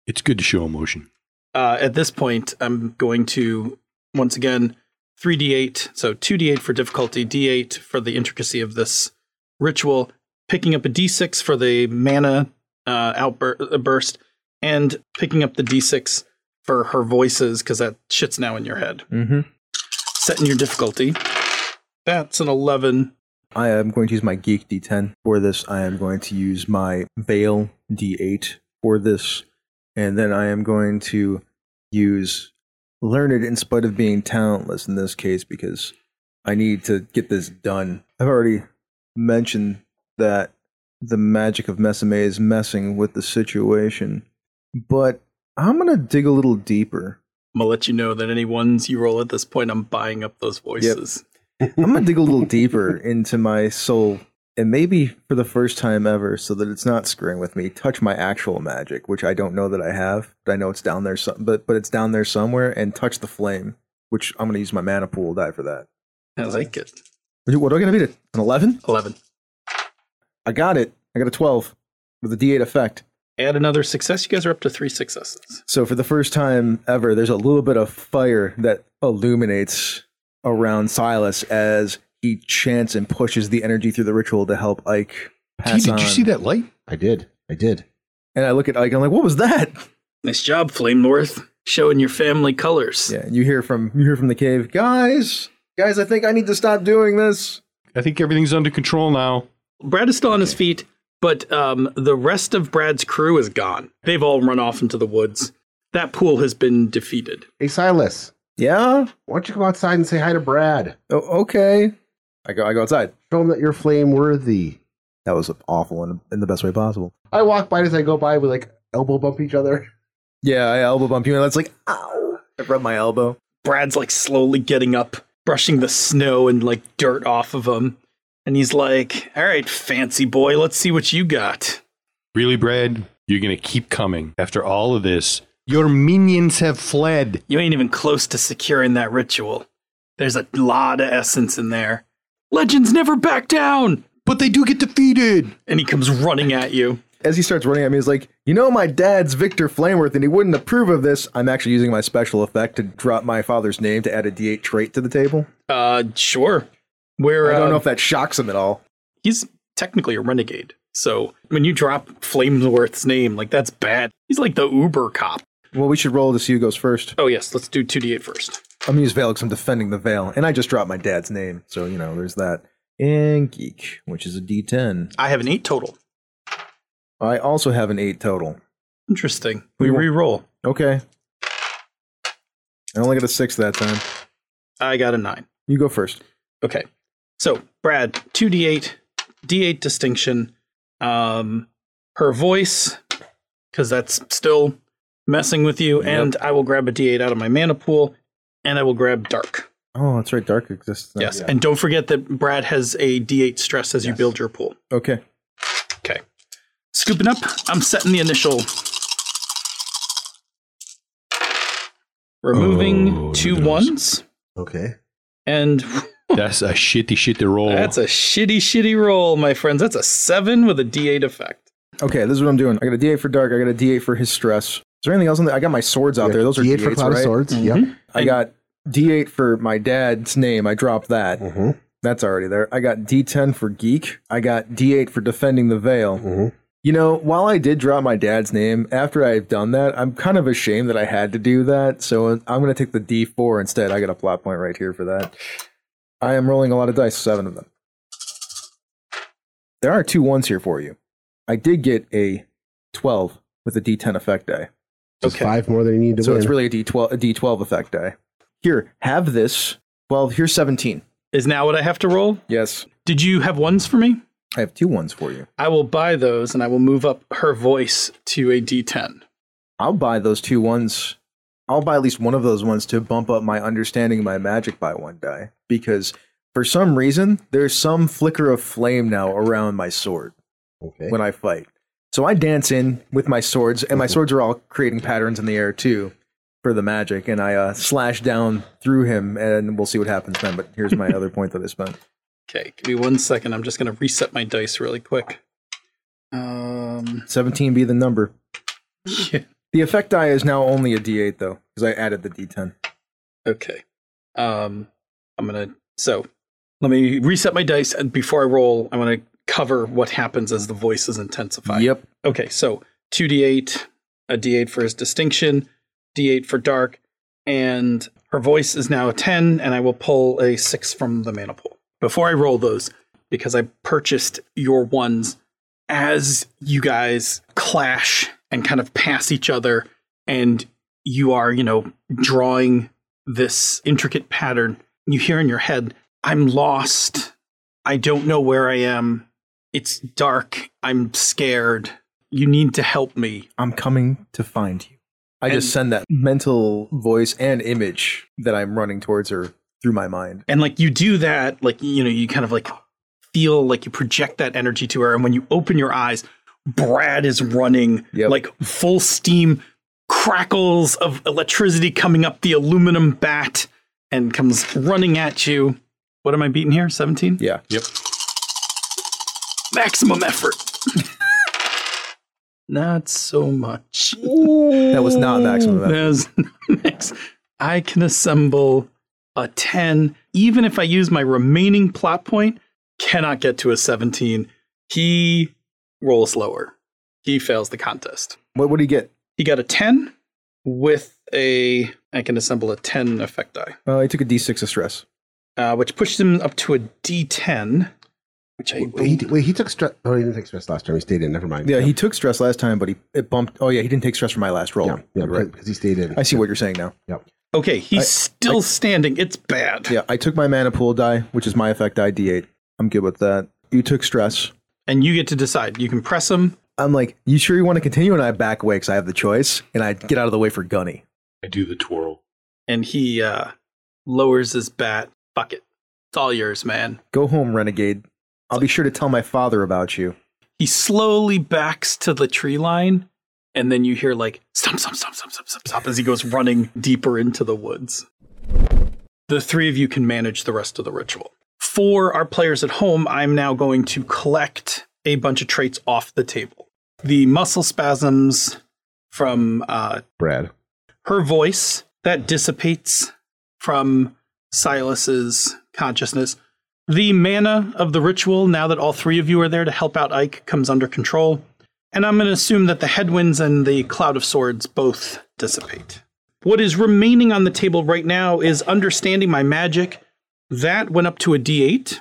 [SPEAKER 5] It's good to show emotion.
[SPEAKER 7] Uh, at this point, I'm going to once again 3d8, so 2d8 for difficulty, d8 for the intricacy of this ritual, picking up a d6 for the mana uh, outburst, and picking up the d6 for her voices because that shit's now in your head.
[SPEAKER 3] Mm-hmm.
[SPEAKER 7] Setting your difficulty. That's an 11.
[SPEAKER 3] I am going to use my geek D10 for this. I am going to use my veil D8 for this, and then I am going to use learned in spite of being talentless in this case because I need to get this done. I've already mentioned that the magic of Mesame is messing with the situation, but I'm gonna dig a little deeper.
[SPEAKER 7] I'm gonna let you know that any ones you roll at this point, I'm buying up those voices.
[SPEAKER 3] I'm gonna dig a little deeper into my soul, and maybe for the first time ever, so that it's not screwing with me, touch my actual magic, which I don't know that I have, but I know it's down there. Some, but but it's down there somewhere, and touch the flame, which I'm gonna use my mana pool die for that.
[SPEAKER 7] I like it.
[SPEAKER 3] What am I gonna beat it? An eleven?
[SPEAKER 7] 11.
[SPEAKER 3] I got it. I got a twelve with a D8 effect.
[SPEAKER 7] Add another success. You guys are up to three successes.
[SPEAKER 3] So for the first time ever, there's a little bit of fire that illuminates around Silas as he chants and pushes the energy through the ritual to help Ike. Pass
[SPEAKER 5] T, did you
[SPEAKER 3] on.
[SPEAKER 5] see that light?
[SPEAKER 6] I did. I did.
[SPEAKER 3] And I look at Ike, I'm like, what was that?
[SPEAKER 7] Nice job, Flame North, showing your family colors.
[SPEAKER 3] Yeah, and you hear from you hear from the cave, guys, guys, I think I need to stop doing this.
[SPEAKER 5] I think everything's under control now.
[SPEAKER 7] Brad is still on his feet, but um, the rest of Brad's crew is gone. They've all run off into the woods. That pool has been defeated.
[SPEAKER 6] Hey, Silas,
[SPEAKER 3] Yeah?
[SPEAKER 6] why don't you come outside and say hi to Brad?
[SPEAKER 3] Oh, okay. I go I go outside.
[SPEAKER 6] Show him that you're flame worthy.
[SPEAKER 3] That was awful in, in the best way possible.
[SPEAKER 6] I walk by and as I go by. We like elbow bump each other.
[SPEAKER 3] Yeah, I elbow bump you and that's like, ow. I rub my elbow.
[SPEAKER 7] Brad's like slowly getting up, brushing the snow and like dirt off of him. And he's like, All right, fancy boy, let's see what you got.
[SPEAKER 5] Really, Brad? You're going to keep coming after all of this. Your minions have fled.
[SPEAKER 7] You ain't even close to securing that ritual. There's a lot of essence in there. Legends never back down!
[SPEAKER 5] But they do get defeated.
[SPEAKER 7] And he comes running at you.
[SPEAKER 3] As he starts running at me, he's like, you know my dad's Victor Flameworth and he wouldn't approve of this. I'm actually using my special effect to drop my father's name to add a D8 trait to the table.
[SPEAKER 7] Uh, sure. Where
[SPEAKER 3] I don't know
[SPEAKER 7] uh,
[SPEAKER 3] if that shocks him at all.
[SPEAKER 7] he's technically a renegade. So when you drop Flamesworth's name, like that's bad. He's like the Uber cop.
[SPEAKER 3] Well, we should roll to see who goes first.
[SPEAKER 7] Oh yes, let's do two d eight first.
[SPEAKER 3] I'm gonna use Veil because I'm defending the Veil, and I just dropped my dad's name, so you know there's that. And Geek, which is a D10.
[SPEAKER 7] I have an eight total.
[SPEAKER 3] I also have an eight total.
[SPEAKER 7] Interesting. We
[SPEAKER 3] We will-
[SPEAKER 7] re-roll.
[SPEAKER 3] Okay. I only got a six that time.
[SPEAKER 7] I got a nine.
[SPEAKER 3] You go first.
[SPEAKER 7] Okay. So Brad, two d eight, d eight distinction. Um, her voice, because that's still messing with you. And I will grab a d eight out of my mana pool, and I will grab dark.
[SPEAKER 3] Oh, that's
[SPEAKER 7] Oh,
[SPEAKER 3] right. Dark exists. Oh, now.
[SPEAKER 7] yes, and don't forget that Brad has a d eight stress as you build your pool.
[SPEAKER 3] Okay.
[SPEAKER 7] scooping up. I'm setting the initial. Removing
[SPEAKER 5] Oh,
[SPEAKER 7] two
[SPEAKER 5] look at Oh. us.
[SPEAKER 7] ones,
[SPEAKER 6] Okay.
[SPEAKER 7] and
[SPEAKER 5] <laughs> That's a shitty, shitty roll.
[SPEAKER 7] that's a shitty, shitty roll, my friends. That's a seven with a D8 effect.
[SPEAKER 3] Okay, this is what I'm doing. I got a D8 for Dark. I got a D8 for his stress. Is there anything else on there? I got my swords out there. Those are
[SPEAKER 6] D8
[SPEAKER 3] D8s,
[SPEAKER 6] for Cloud
[SPEAKER 3] right?
[SPEAKER 6] of Swords. Yep.
[SPEAKER 3] I got D8 for my dad's name. I dropped that.
[SPEAKER 6] Mhm.
[SPEAKER 3] That's already there. I got D10 for geek. I got D8 for defending the veil.
[SPEAKER 6] Mhm.
[SPEAKER 3] You know, while I did drop my dad's name, after I've done that, I'm kind of ashamed that I had to do that. So uh, I'm going to take the D4 instead. I got a plot point right here for that. I am rolling a lot of dice, seven of them. There are two ones here for you. I did get a 12 with a D10 effect die.
[SPEAKER 6] Just
[SPEAKER 7] Okay.
[SPEAKER 6] five more than you need to
[SPEAKER 3] So
[SPEAKER 6] win.
[SPEAKER 3] it's really a D12, a D12 effect die. Here, have this. Well, here's 17.
[SPEAKER 7] Is now what I have to roll?
[SPEAKER 3] Yes.
[SPEAKER 7] Did you have ones for me?
[SPEAKER 3] I have two ones for you.
[SPEAKER 7] I will buy those and I will move up her voice to a D10.
[SPEAKER 3] I'll buy those two ones. I'll buy at least one of those ones to bump up my understanding of my magic by one die. Because for some reason, there's some flicker of flame now around my sword
[SPEAKER 6] okay.
[SPEAKER 3] when I fight. So I dance in with my swords, and my swords are all creating patterns in the air too for the magic. And I uh, slash down through him, and we'll see what happens then. But here's my other point that I spent.
[SPEAKER 7] Okay, give me one second. I'm just going to reset my dice really quick. Um,
[SPEAKER 3] 17 be the number.
[SPEAKER 7] yeah.
[SPEAKER 3] The effect die is now only a d8 though, because I added the d10.
[SPEAKER 7] Okay. Um, I'm gonna. So, let me reset my dice, and before I roll, I want to cover what happens as the voices intensify.
[SPEAKER 3] Yep.
[SPEAKER 7] Okay. So, two d8, a d8 for his distinction, d8 for dark, and her voice is now a ten, and I will pull a six from the mana pool before I roll those because I purchased your ones as you guys clash and kind of pass each other and you are, you know, drawing this intricate pattern, you hear in your head, I'm lost. I don't know where I am. It's dark. I'm scared. You need to help me.
[SPEAKER 3] I'm coming to find you. I
[SPEAKER 7] And-
[SPEAKER 3] just send that mental voice and image that I'm running towards her through my mind.
[SPEAKER 7] And like you do that, like, you know, you kind of like feel like you project that energy to her. And when you open your eyes, Brad is running
[SPEAKER 3] Yep.
[SPEAKER 7] like full steam, crackles of electricity coming up the aluminum bat and comes running at you. What am I beating here? 17?
[SPEAKER 3] Yeah.
[SPEAKER 5] Yep.
[SPEAKER 7] maximum
[SPEAKER 3] <laughs>
[SPEAKER 7] effort. Not so much.
[SPEAKER 3] That was not maximum. effort.
[SPEAKER 7] There's <laughs> next. I can assemble a 10. Even if I use my remaining plot point, cannot get to a 17. He rolls lower. He fails the contest.
[SPEAKER 3] What would he get?
[SPEAKER 7] He got a 10 with a. I can assemble a 10 effect die,
[SPEAKER 3] Well, Uh, he took a d6 of stress.
[SPEAKER 7] uh, which pushes him up to a d10, which I.
[SPEAKER 6] Wait, he, wait, he took stress. Oh, he didn't take stress last time. He stayed in. Never mind.
[SPEAKER 3] Yeah, he took stress last time, but he it bumped. Oh yeah, he didn't take stress from my last roll.
[SPEAKER 6] Yeah, yeah,
[SPEAKER 3] You're right.
[SPEAKER 6] because he stayed in.
[SPEAKER 3] I see what you're saying now.
[SPEAKER 7] Okay, he's
[SPEAKER 3] I-
[SPEAKER 7] still standing. It's bad.
[SPEAKER 3] Yeah, I took my mana pool die, which is my effect die d8. I'm good with that. You took stress.
[SPEAKER 7] And you get to decide. You can press him,
[SPEAKER 3] I'm like, you sure you want to continue? And I back away because I have the choice, and I get out of the way for Gunny.
[SPEAKER 5] I do the twirl.
[SPEAKER 7] and he uh, lowers his bat. Fuck it. It's all yours, man.
[SPEAKER 3] Go home, renegade. I'll be sure to tell my father about you.
[SPEAKER 7] He slowly backs to the tree line, and then you hear like stomp, stomp, stomp, stomp, stomp, stomp, stomp as he goes running deeper into the woods. The three of you can manage the rest of the ritual. For our players at home, I'm now going to collect a bunch of traits off the table. The muscle spasms from uh,
[SPEAKER 6] Brad.
[SPEAKER 7] her voice that dissipates from Silas's consciousness. The mana of the ritual, now that all three of you are there to help out Ike, comes under control. And I'm going to assume that the headwinds and the cloud of swords both dissipate. What is remaining on the table right now is understanding my magic. That went up to a d8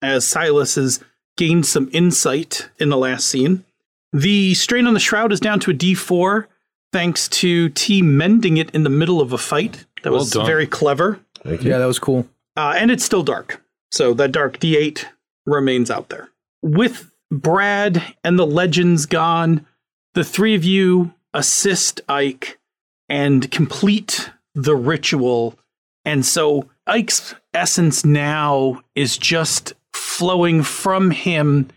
[SPEAKER 7] as Silas has gained some insight in the last scene. The strain on the shroud is down to a d4 thanks to T mending it in the middle of a fight. That
[SPEAKER 5] Well
[SPEAKER 7] was
[SPEAKER 5] done.
[SPEAKER 7] very clever.
[SPEAKER 3] Yeah, that was cool.
[SPEAKER 7] Uh, and it's still dark. So that dark D8 remains out there. With Brad and the legends gone, the three of you assist Ike and complete the ritual. And so Ike's essence now is just flowing from him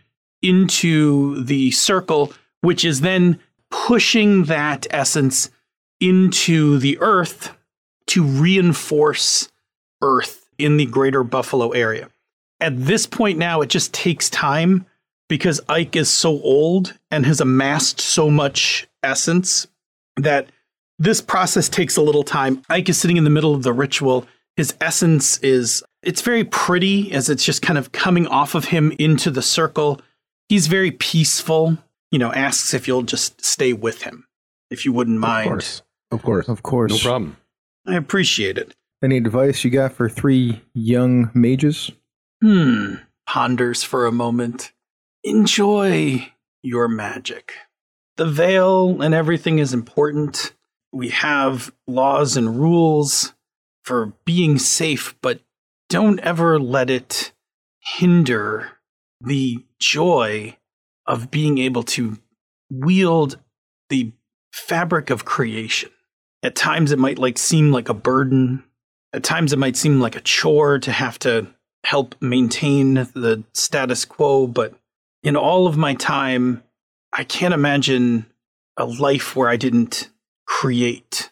[SPEAKER 7] into the circle, which is then pushing that essence into the earth to reinforce earth in the greater Buffalo area. At this point now, it just takes time because Ike is so old and has amassed so much essence that this process takes a little time. Ike is sitting in the middle of the ritual. His essence is it's very pretty as it's just kind of coming off of him into the circle. He's very peaceful, you know, asks if you'll just stay with him if you wouldn't mind.
[SPEAKER 6] Of course. Of course.
[SPEAKER 3] Of course.
[SPEAKER 5] No problem.
[SPEAKER 7] I appreciate it.
[SPEAKER 3] Any advice you got for three young mages?
[SPEAKER 7] Hmm. Ponders for a moment. Enjoy your magic. The veil and everything is important. We have laws and rules for being safe, but don't ever let it hinder the joy of being able to wield the fabric of creation. At times it might like seem like a burden. At times it might seem like a chore to have to help maintain the status quo, but in all of my time, I can't imagine a life where I didn't create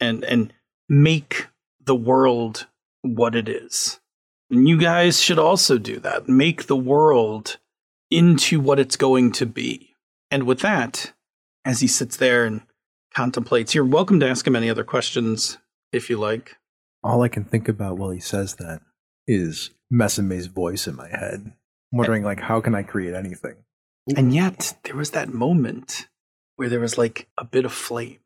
[SPEAKER 7] and and make the world what it is. And you guys should also do that. Make the world into what it's going to be. And with that, as he sits there and contemplates, you're welcome to ask him any other questions if you like.
[SPEAKER 4] All I can think about while he says that is Mesame's voice in my head, wondering like, how can I create anything?
[SPEAKER 7] And yet, there was that moment where there was like a bit of flame.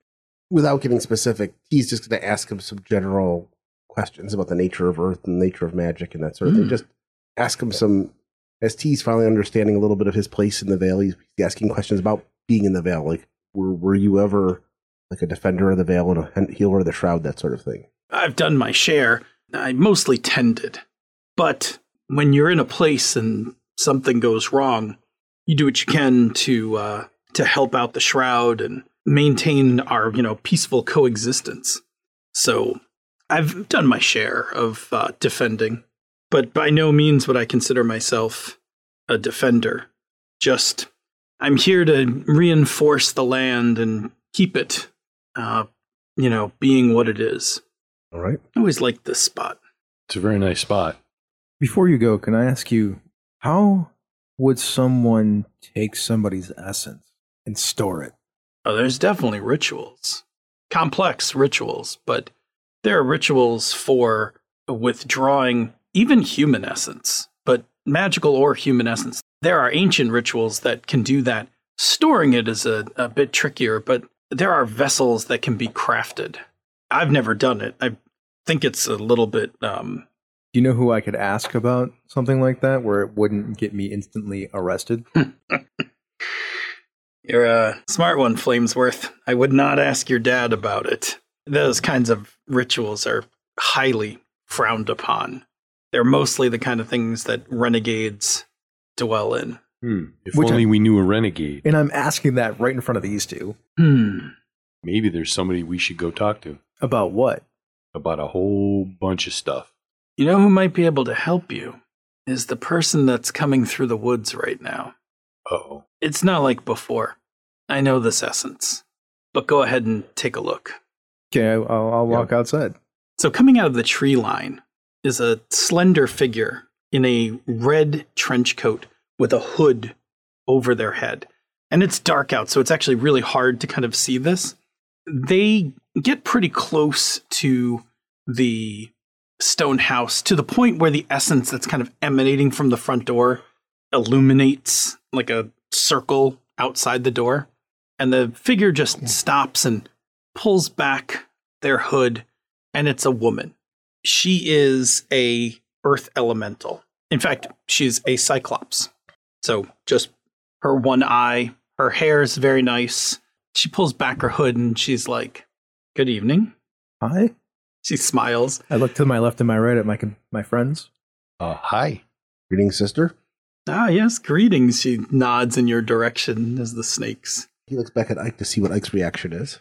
[SPEAKER 6] Without getting specific, he's just going to ask him some general questions about the nature of Earth and the nature of magic and that sort of
[SPEAKER 7] Hmm.
[SPEAKER 6] thing. Just ask him some. As T's finally understanding a little bit of his place in the Vale, he's asking questions about being in the Vale. Like, were were you ever like a defender of the Vale and a hen- healer of the Shroud, that sort of thing?
[SPEAKER 7] I've done my share. I mostly tended. But when you're in a place and something goes wrong, you do what you can to uh, to help out the shroud and maintain our you know peaceful coexistence. So I've done my share of uh, defending, but by no means would I consider myself a defender. Just I'm here to reinforce the land and keep it, uh, you know, being what it is.
[SPEAKER 6] All right.
[SPEAKER 7] I always liked this spot.
[SPEAKER 5] It's a very nice spot.
[SPEAKER 4] Before you go, can I ask you how would someone take somebody's essence and store it?
[SPEAKER 7] Oh, there's definitely rituals, complex rituals, but there are rituals for withdrawing even human essence, but magical or human essence. There are ancient rituals that can do that. Storing it is a, a bit trickier, but there are vessels that can be crafted. I've never done it. I think it's a little bit um,
[SPEAKER 3] Do you know who I could ask about something like that where it wouldn't get me instantly arrested?
[SPEAKER 7] You're a smart one, Flamesworth. I would not ask your dad about it. Those kinds of rituals are highly frowned upon. They're mostly the kind of things that renegades dwell in.
[SPEAKER 5] Hmm. If
[SPEAKER 3] Which
[SPEAKER 5] only we knew a renegade.
[SPEAKER 3] And I'm asking that right in front of these two.
[SPEAKER 7] Hmm.
[SPEAKER 5] Maybe there's somebody we should go talk to
[SPEAKER 3] About what?
[SPEAKER 5] about a whole bunch of stuff.
[SPEAKER 7] You know who might be able to help you is the person that's coming through the woods right now.
[SPEAKER 5] Oh,
[SPEAKER 7] It's not like before. I know this essence. But go ahead and take a look.
[SPEAKER 3] Okay, I- I'll, I'll walk outside.
[SPEAKER 7] So, coming out of the tree line is a slender figure in a red trench coat with a hood over their head. And it's dark out, so it's actually really hard to kind of see this. They get pretty close to the stone house to the point where the essence that's kind of emanating from the front door illuminates like a circle outside the door. And the figure just stops and pulls back their hood and it's a woman. She is a earth elemental. In fact, she's a cyclops. So just her one eye, her hair is very nice. She pulls back her hood and she's like, "Good evening."
[SPEAKER 3] Hi.
[SPEAKER 7] She smiles.
[SPEAKER 3] I look to my left and my right at my con- my friends.
[SPEAKER 5] uh, hi.
[SPEAKER 6] Greeting, sister.
[SPEAKER 7] Ah, yes, greetings. She nods in your direction as the snakes.
[SPEAKER 6] He looks back at Ike to see what Ike's reaction is.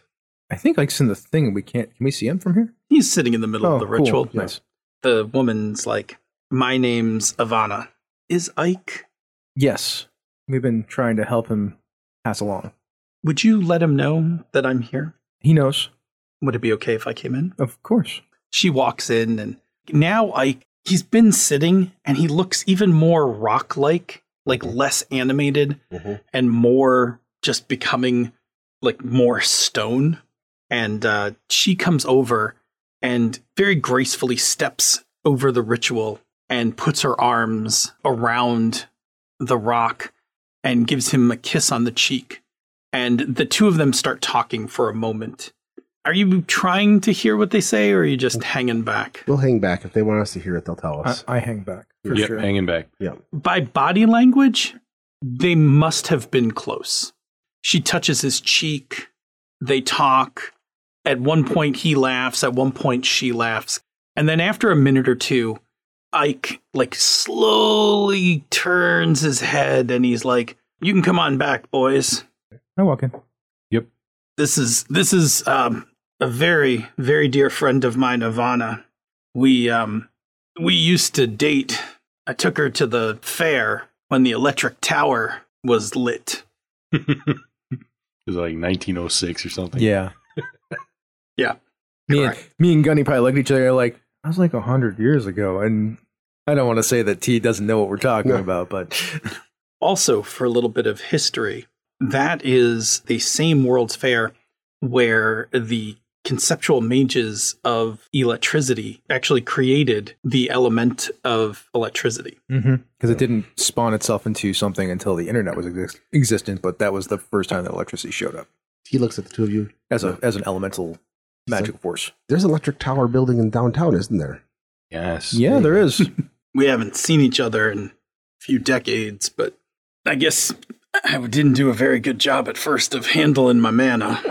[SPEAKER 3] I think Ike's in the thing. We can't. Can we see him from here? Oh,
[SPEAKER 7] He's sitting in the middle of the
[SPEAKER 3] cool.
[SPEAKER 7] ritual.
[SPEAKER 3] Nice.
[SPEAKER 7] The woman's like, "My name's Ivana." Is Ike
[SPEAKER 3] Yes, we've been trying to help him pass along.
[SPEAKER 7] Would you let him know that I'm here?
[SPEAKER 3] He knows,
[SPEAKER 7] Would it be okay if I came in?
[SPEAKER 3] of course.
[SPEAKER 7] She walks in, and now I he's been sitting, and he looks even more rock like, like less animated,
[SPEAKER 6] Mhm.
[SPEAKER 7] and more just becoming like more stone. And uh, she comes over and very gracefully steps over the ritual and puts her arms around the rock and gives him a kiss on the cheek. And the two of them start talking for a moment. Are you trying to hear what they say, or are you just hanging back?
[SPEAKER 6] We'll hang back. If they want us to hear it, they'll tell
[SPEAKER 3] I,
[SPEAKER 6] us.
[SPEAKER 3] I hang back for
[SPEAKER 5] yep,
[SPEAKER 3] sure.
[SPEAKER 5] hanging back.
[SPEAKER 7] By body language, they must have been close. She touches his cheek. They talk. At one point, he laughs. At one point, she laughs. And then after a minute or two, Ike like slowly turns his head and he's like, "You can come on back, boys."
[SPEAKER 3] I walk in.
[SPEAKER 7] this is this is um, a very very dear friend of mine, Ivana. We um we used to date. I took her to the fair when the electric tower was lit.
[SPEAKER 5] it was like 1906 or something.
[SPEAKER 3] Yeah.
[SPEAKER 7] Yeah.
[SPEAKER 3] Me and, me and Gunny probably looked at each other like, that was like 100 years ago. And I don't want to say that T doesn't know what we're talking
[SPEAKER 6] No.
[SPEAKER 3] about, but
[SPEAKER 7] Also, for a little bit of history, that is the same World's Fair where the conceptual mages of electricity actually created the element of electricity.
[SPEAKER 3] because it didn't spawn itself into something until the internet was exist- existent, but that was the first time that electricity showed up
[SPEAKER 6] he looks at the two of you.
[SPEAKER 3] as, a, as an elemental magic force.
[SPEAKER 6] There's an electric tower building in downtown, isn't there?
[SPEAKER 5] Yes.
[SPEAKER 3] Yeah, there is.
[SPEAKER 7] we haven't seen each other in a few decades, but I guess I didn't do a very good job at first of handling my mana.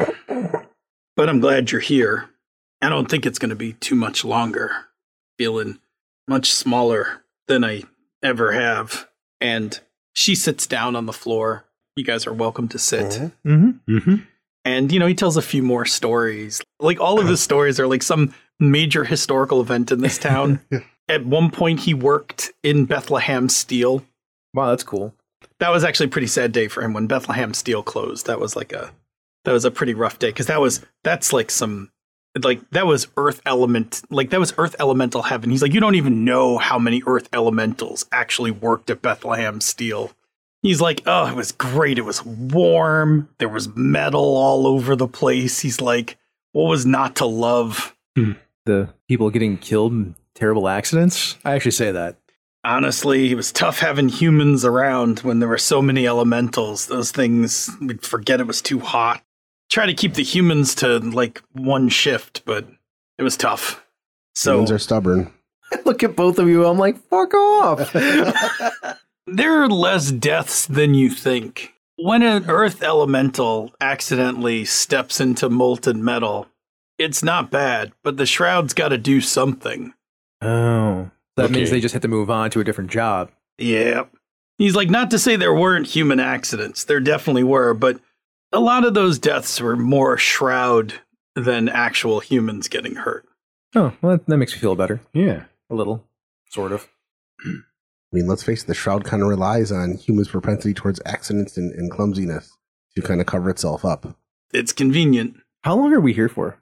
[SPEAKER 7] But I'm glad you're here. I don't think it's going to be too much longer. Feeling much smaller than I ever have. And she sits down on the floor. You guys are welcome to sit
[SPEAKER 5] Mm-hmm.
[SPEAKER 7] and you know he tells a few more stories like all of his stories are like some major historical event in this town at one point he worked in bethlehem steel
[SPEAKER 3] wow, that's cool.
[SPEAKER 7] that was actually a pretty sad day for him when bethlehem steel closed that was like a that was a pretty rough day because that was that's like some like that was earth element like that was earth elemental heaven he's like you don't even know how many earth elementals actually worked at bethlehem steel he's like oh it was great it was warm there was metal all over the place he's like what was not to love
[SPEAKER 3] The people getting killed in terrible accidents. I actually say that.
[SPEAKER 7] honestly it was tough having humans around when there were so many elementals those things we'd forget it was too hot try to keep the humans to like one shift but it was tough so
[SPEAKER 6] Humans are stubborn.
[SPEAKER 3] <laughs> Look at both of you. I'm like, fuck <laughs> off.
[SPEAKER 7] There are less deaths than you think. When an earth elemental accidentally steps into molten metal, it's not bad, but the shroud's got to do something.
[SPEAKER 3] oh. That means
[SPEAKER 5] Okay.
[SPEAKER 3] they just had to move on to a different job.
[SPEAKER 7] Yeah. He's like, not to say there weren't human accidents. There definitely were, but a lot of those deaths were more shroud than actual humans getting hurt.
[SPEAKER 3] Oh, well, that, that makes me feel better.
[SPEAKER 5] Yeah.
[SPEAKER 3] A little. Sort of.
[SPEAKER 6] I mean, let's face it, the Shroud kind of relies on humans' propensity towards accidents and, and clumsiness to kind of cover itself up.
[SPEAKER 7] It's convenient.
[SPEAKER 3] How long are we here for?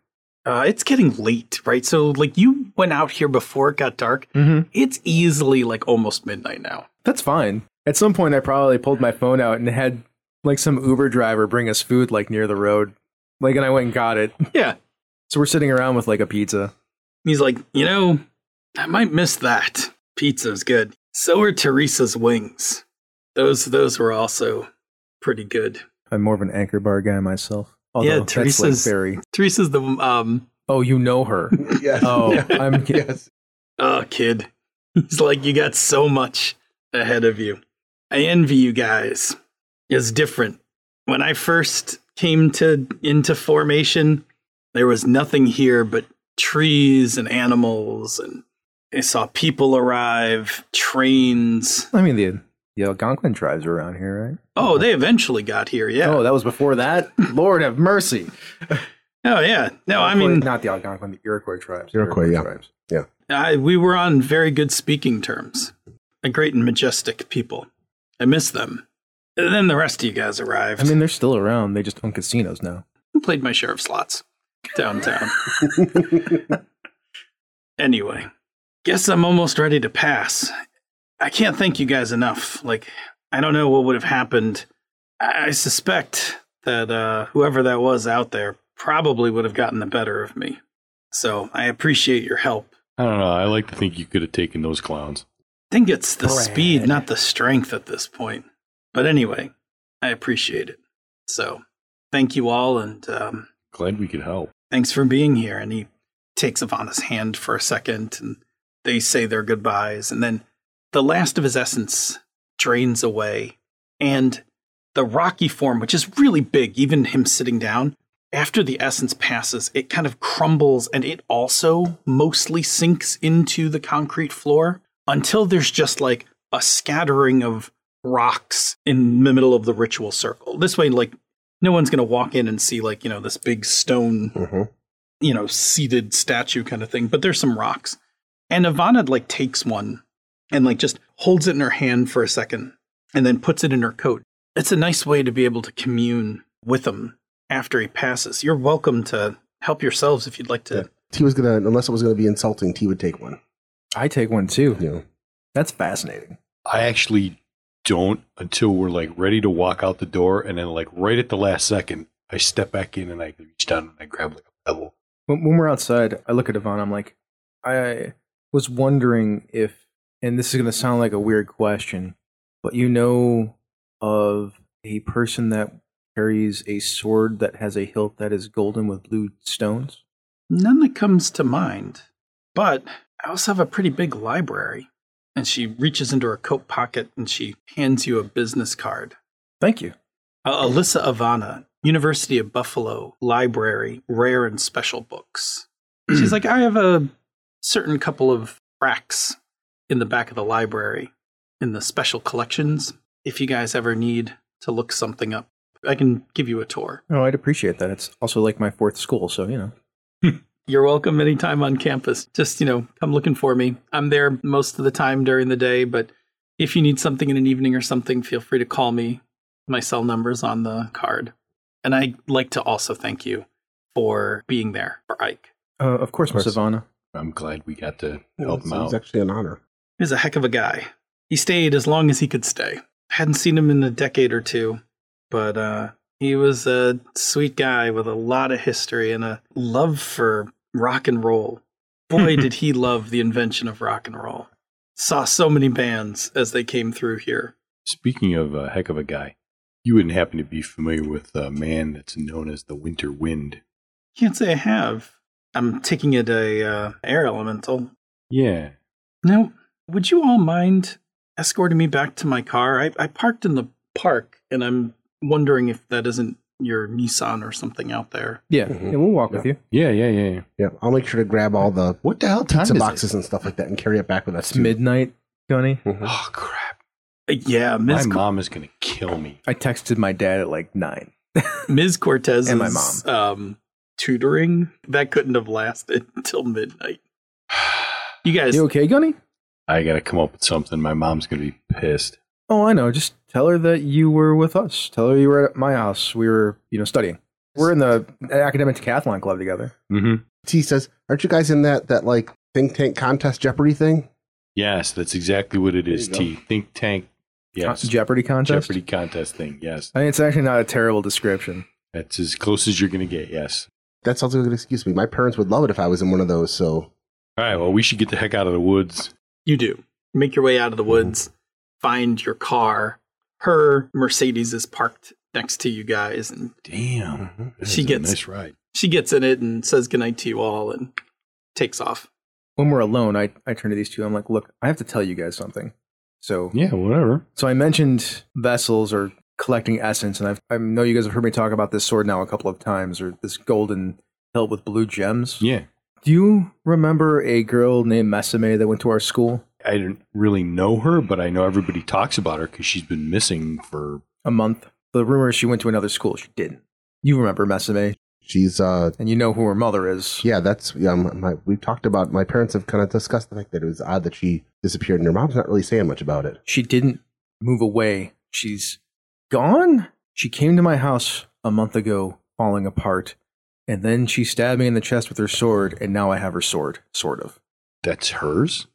[SPEAKER 7] Uh, it's getting late, right? So, like, you went out here before it got dark.
[SPEAKER 3] Mm-hmm.
[SPEAKER 7] It's easily like almost midnight now.
[SPEAKER 3] That's fine. At some point, I probably pulled my phone out and had like some Uber driver bring us food like near the road. Like, and I went and got <laughs> it.
[SPEAKER 7] Yeah.
[SPEAKER 3] So we're sitting around with like a pizza.
[SPEAKER 7] He's like, you know, I might miss that. Pizza's good. So are Teresa's wings. Those those were also pretty good.
[SPEAKER 3] I'm more of an anchor bar guy myself. Although
[SPEAKER 7] Yeah,
[SPEAKER 3] that's like
[SPEAKER 7] Teresa's-
[SPEAKER 3] very.
[SPEAKER 7] Teresa's the um
[SPEAKER 3] Oh, you know
[SPEAKER 7] <laughs>
[SPEAKER 3] her.
[SPEAKER 6] <laughs> Yes.
[SPEAKER 3] Oh, I'm.
[SPEAKER 6] <laughs> yes.
[SPEAKER 7] oh kid. He's like, you got so much ahead of you. I envy you guys. It's different. When I first came to into formation, there was nothing here but trees and animals and I saw people arrive, trains.
[SPEAKER 3] I mean, the the Algonquin tribes are around here, right?
[SPEAKER 7] Oh, they eventually got here, yeah.
[SPEAKER 3] Oh, that was before that. Lord have mercy.
[SPEAKER 7] Oh yeah. No, I
[SPEAKER 3] Algonquin-
[SPEAKER 7] mean,
[SPEAKER 3] not the Algonquin, the Iroquois tribes.
[SPEAKER 6] Iroquois, yeah.
[SPEAKER 3] tribes.
[SPEAKER 7] I, we were on very good speaking terms. A great and majestic people. I miss them. And then the rest of you guys arrived.
[SPEAKER 3] I mean, they're still around. They just own casinos now.
[SPEAKER 7] I played my share of slots downtown.
[SPEAKER 6] Mm-hmm.
[SPEAKER 7] anyway, guess I'm almost ready to pass. I can't thank you guys enough. Like, I don't know what would have happened. I I suspect that uh, whoever that was out there probably would have gotten the better of me. So I appreciate your help.
[SPEAKER 5] I don't know. I like to think you could have taken those clowns.
[SPEAKER 7] I think it's the
[SPEAKER 8] Brad.
[SPEAKER 7] speed, not the strength at this point. But anyway, I appreciate it. So thank you all, and um,
[SPEAKER 5] Glad we could help.
[SPEAKER 7] thanks for being here. And he takes Ivana's hand for a second, and they say their goodbyes. And then the last of his essence drains away, and the rocky form, which is really big, even him sitting down, after the essence passes, it kind of crumbles and it also mostly sinks into the concrete floor until there's just like a scattering of rocks in the middle of the ritual circle. This way, like, no one's going to walk in and see, like, you know, this big stone you know, seated statue kind of thing, but there's some rocks. And Ivana like takes one and like just holds it in her hand for a second and then puts it in her coat. It's a nice way to be able to commune with him after he passes. You're welcome to help yourselves if you'd like to.
[SPEAKER 6] T was gonna, unless it was gonna be insulting, T would take one.
[SPEAKER 3] I take one too.
[SPEAKER 6] You know,
[SPEAKER 3] That's fascinating.
[SPEAKER 5] I actually don't until we're like ready to walk out the door, and then like right at the last second, I step back in and I reach down and I grab like a pebble.
[SPEAKER 3] When, when we're outside, I look at Yvonne. I'm like, I was wondering if, and this is going to sound like a weird question, but you know of a person that carries a sword that has a hilt that is golden with blue stones?
[SPEAKER 7] None that comes to mind. But I also have a pretty big library. And she reaches into her coat pocket and she hands you a business card.
[SPEAKER 3] Thank you.
[SPEAKER 7] Uh, Alyssa Ivana, University of Buffalo Library, Rare and Special Books. She's like, I have a certain couple of racks in the back of the library in the special collections. If you guys ever need to look something up, I can give you a tour.
[SPEAKER 3] Oh, I'd appreciate that. It's also like my fourth school, so you know.
[SPEAKER 7] You're welcome anytime on campus. Just, you know, come looking for me. I'm there most of the time during the day, but if you need something in an evening or something, feel free to call me. My cell number's on the card. And I'd like to also thank you for being there for Ike.
[SPEAKER 3] Uh, of course, Miss
[SPEAKER 5] course.
[SPEAKER 3] Ivana.
[SPEAKER 5] I'm glad we got to
[SPEAKER 6] yeah,
[SPEAKER 5] help
[SPEAKER 6] it's-
[SPEAKER 5] him out.
[SPEAKER 6] It's actually an honor.
[SPEAKER 7] He's a heck of a guy. He stayed as long as he could stay. Hadn't seen him in a decade or two, but uh, he was a sweet guy with a lot of history and a love for rock and roll. Boy, did he love the invention of rock and roll. Saw so many bands as they came through here.
[SPEAKER 5] Speaking of a heck of a guy, you wouldn't happen to be familiar with a man that's known as the Winter Wind.
[SPEAKER 7] Can't say I have. I'm taking it a uh, air elemental.
[SPEAKER 5] Yeah.
[SPEAKER 7] Now, would you all mind escorting me back to my car? I, I parked in the park and I'm wondering if that isn't your Nissan or something out there.
[SPEAKER 3] Yeah,
[SPEAKER 6] Mhm.
[SPEAKER 3] yeah, we'll walk with you.
[SPEAKER 5] Yeah, yeah, yeah. yeah.
[SPEAKER 6] Yeah, I'll make sure to grab all the
[SPEAKER 5] What the hell time
[SPEAKER 6] pizza
[SPEAKER 5] is
[SPEAKER 6] boxes and stuff like that and carry it back with us.
[SPEAKER 3] It's
[SPEAKER 6] too.
[SPEAKER 3] midnight, Gunny.
[SPEAKER 5] it?
[SPEAKER 6] Mhm.
[SPEAKER 5] Oh, crap.
[SPEAKER 7] Uh, Yeah,
[SPEAKER 5] My
[SPEAKER 7] Ms. Cor-
[SPEAKER 5] mom is going to kill me.
[SPEAKER 3] I texted my dad at like nine.
[SPEAKER 7] Ms. Cortez
[SPEAKER 3] And my mom.
[SPEAKER 7] Um, tutoring that couldn't have lasted <laughs> until midnight. You guys,
[SPEAKER 3] You okay, Gunny?
[SPEAKER 5] I got to come up with something. My mom's going to be pissed.
[SPEAKER 3] Oh, I know. Just tell her that you were with us. Tell her you were at my house. We were, you know, studying. We're in the academic decathlon club together.
[SPEAKER 5] Mm-hmm.
[SPEAKER 6] T says, "Aren't you guys in that that like think tank contest Jeopardy thing?"
[SPEAKER 5] Yes, that's exactly what it is, T. Think tank. Yes.
[SPEAKER 3] Con- Jeopardy contest.
[SPEAKER 5] Jeopardy contest thing. Yes.
[SPEAKER 3] I mean, it's actually not a terrible description.
[SPEAKER 5] That's as close as you're going to get. Yes.
[SPEAKER 6] That sounds like an excuse to me. My parents would love it if I was in one of those. So
[SPEAKER 5] All right. Well, we should get the heck out of the woods.
[SPEAKER 7] you do make your way out of the woods, find your car. Her Mercedes is parked next to you guys, and
[SPEAKER 5] Damn. This
[SPEAKER 7] She
[SPEAKER 5] is a
[SPEAKER 7] gets-
[SPEAKER 5] nice ride.
[SPEAKER 7] she gets in it and says goodnight to you all and takes off.
[SPEAKER 3] When we're alone, I, I turn to these two. I'm like, look, I have to tell you guys something. So,
[SPEAKER 5] Yeah, whatever.
[SPEAKER 3] so I mentioned vessels or collecting essence, and I've, I know you guys have heard me talk about this sword now a couple of times, or this golden hilt with blue gems.
[SPEAKER 5] Yeah.
[SPEAKER 3] Do you remember a girl named Mesame that went to our school?
[SPEAKER 5] I didn't really know her, but I know everybody talks about her because she's been missing for.
[SPEAKER 3] a month. The rumor is she went to another school. She didn't. You remember Mesame,
[SPEAKER 6] she's uh
[SPEAKER 3] and you know who her mother is.
[SPEAKER 6] yeah, that's yeah. My, my, we've talked about my parents have kind of discussed the fact that it was odd that she disappeared, and her mom's not really saying much about it.
[SPEAKER 3] She didn't move away. She's gone? She came to my house a month ago, falling apart, and then she stabbed me in the chest with her sword, and now I have her sword, sort of.
[SPEAKER 5] That's hers?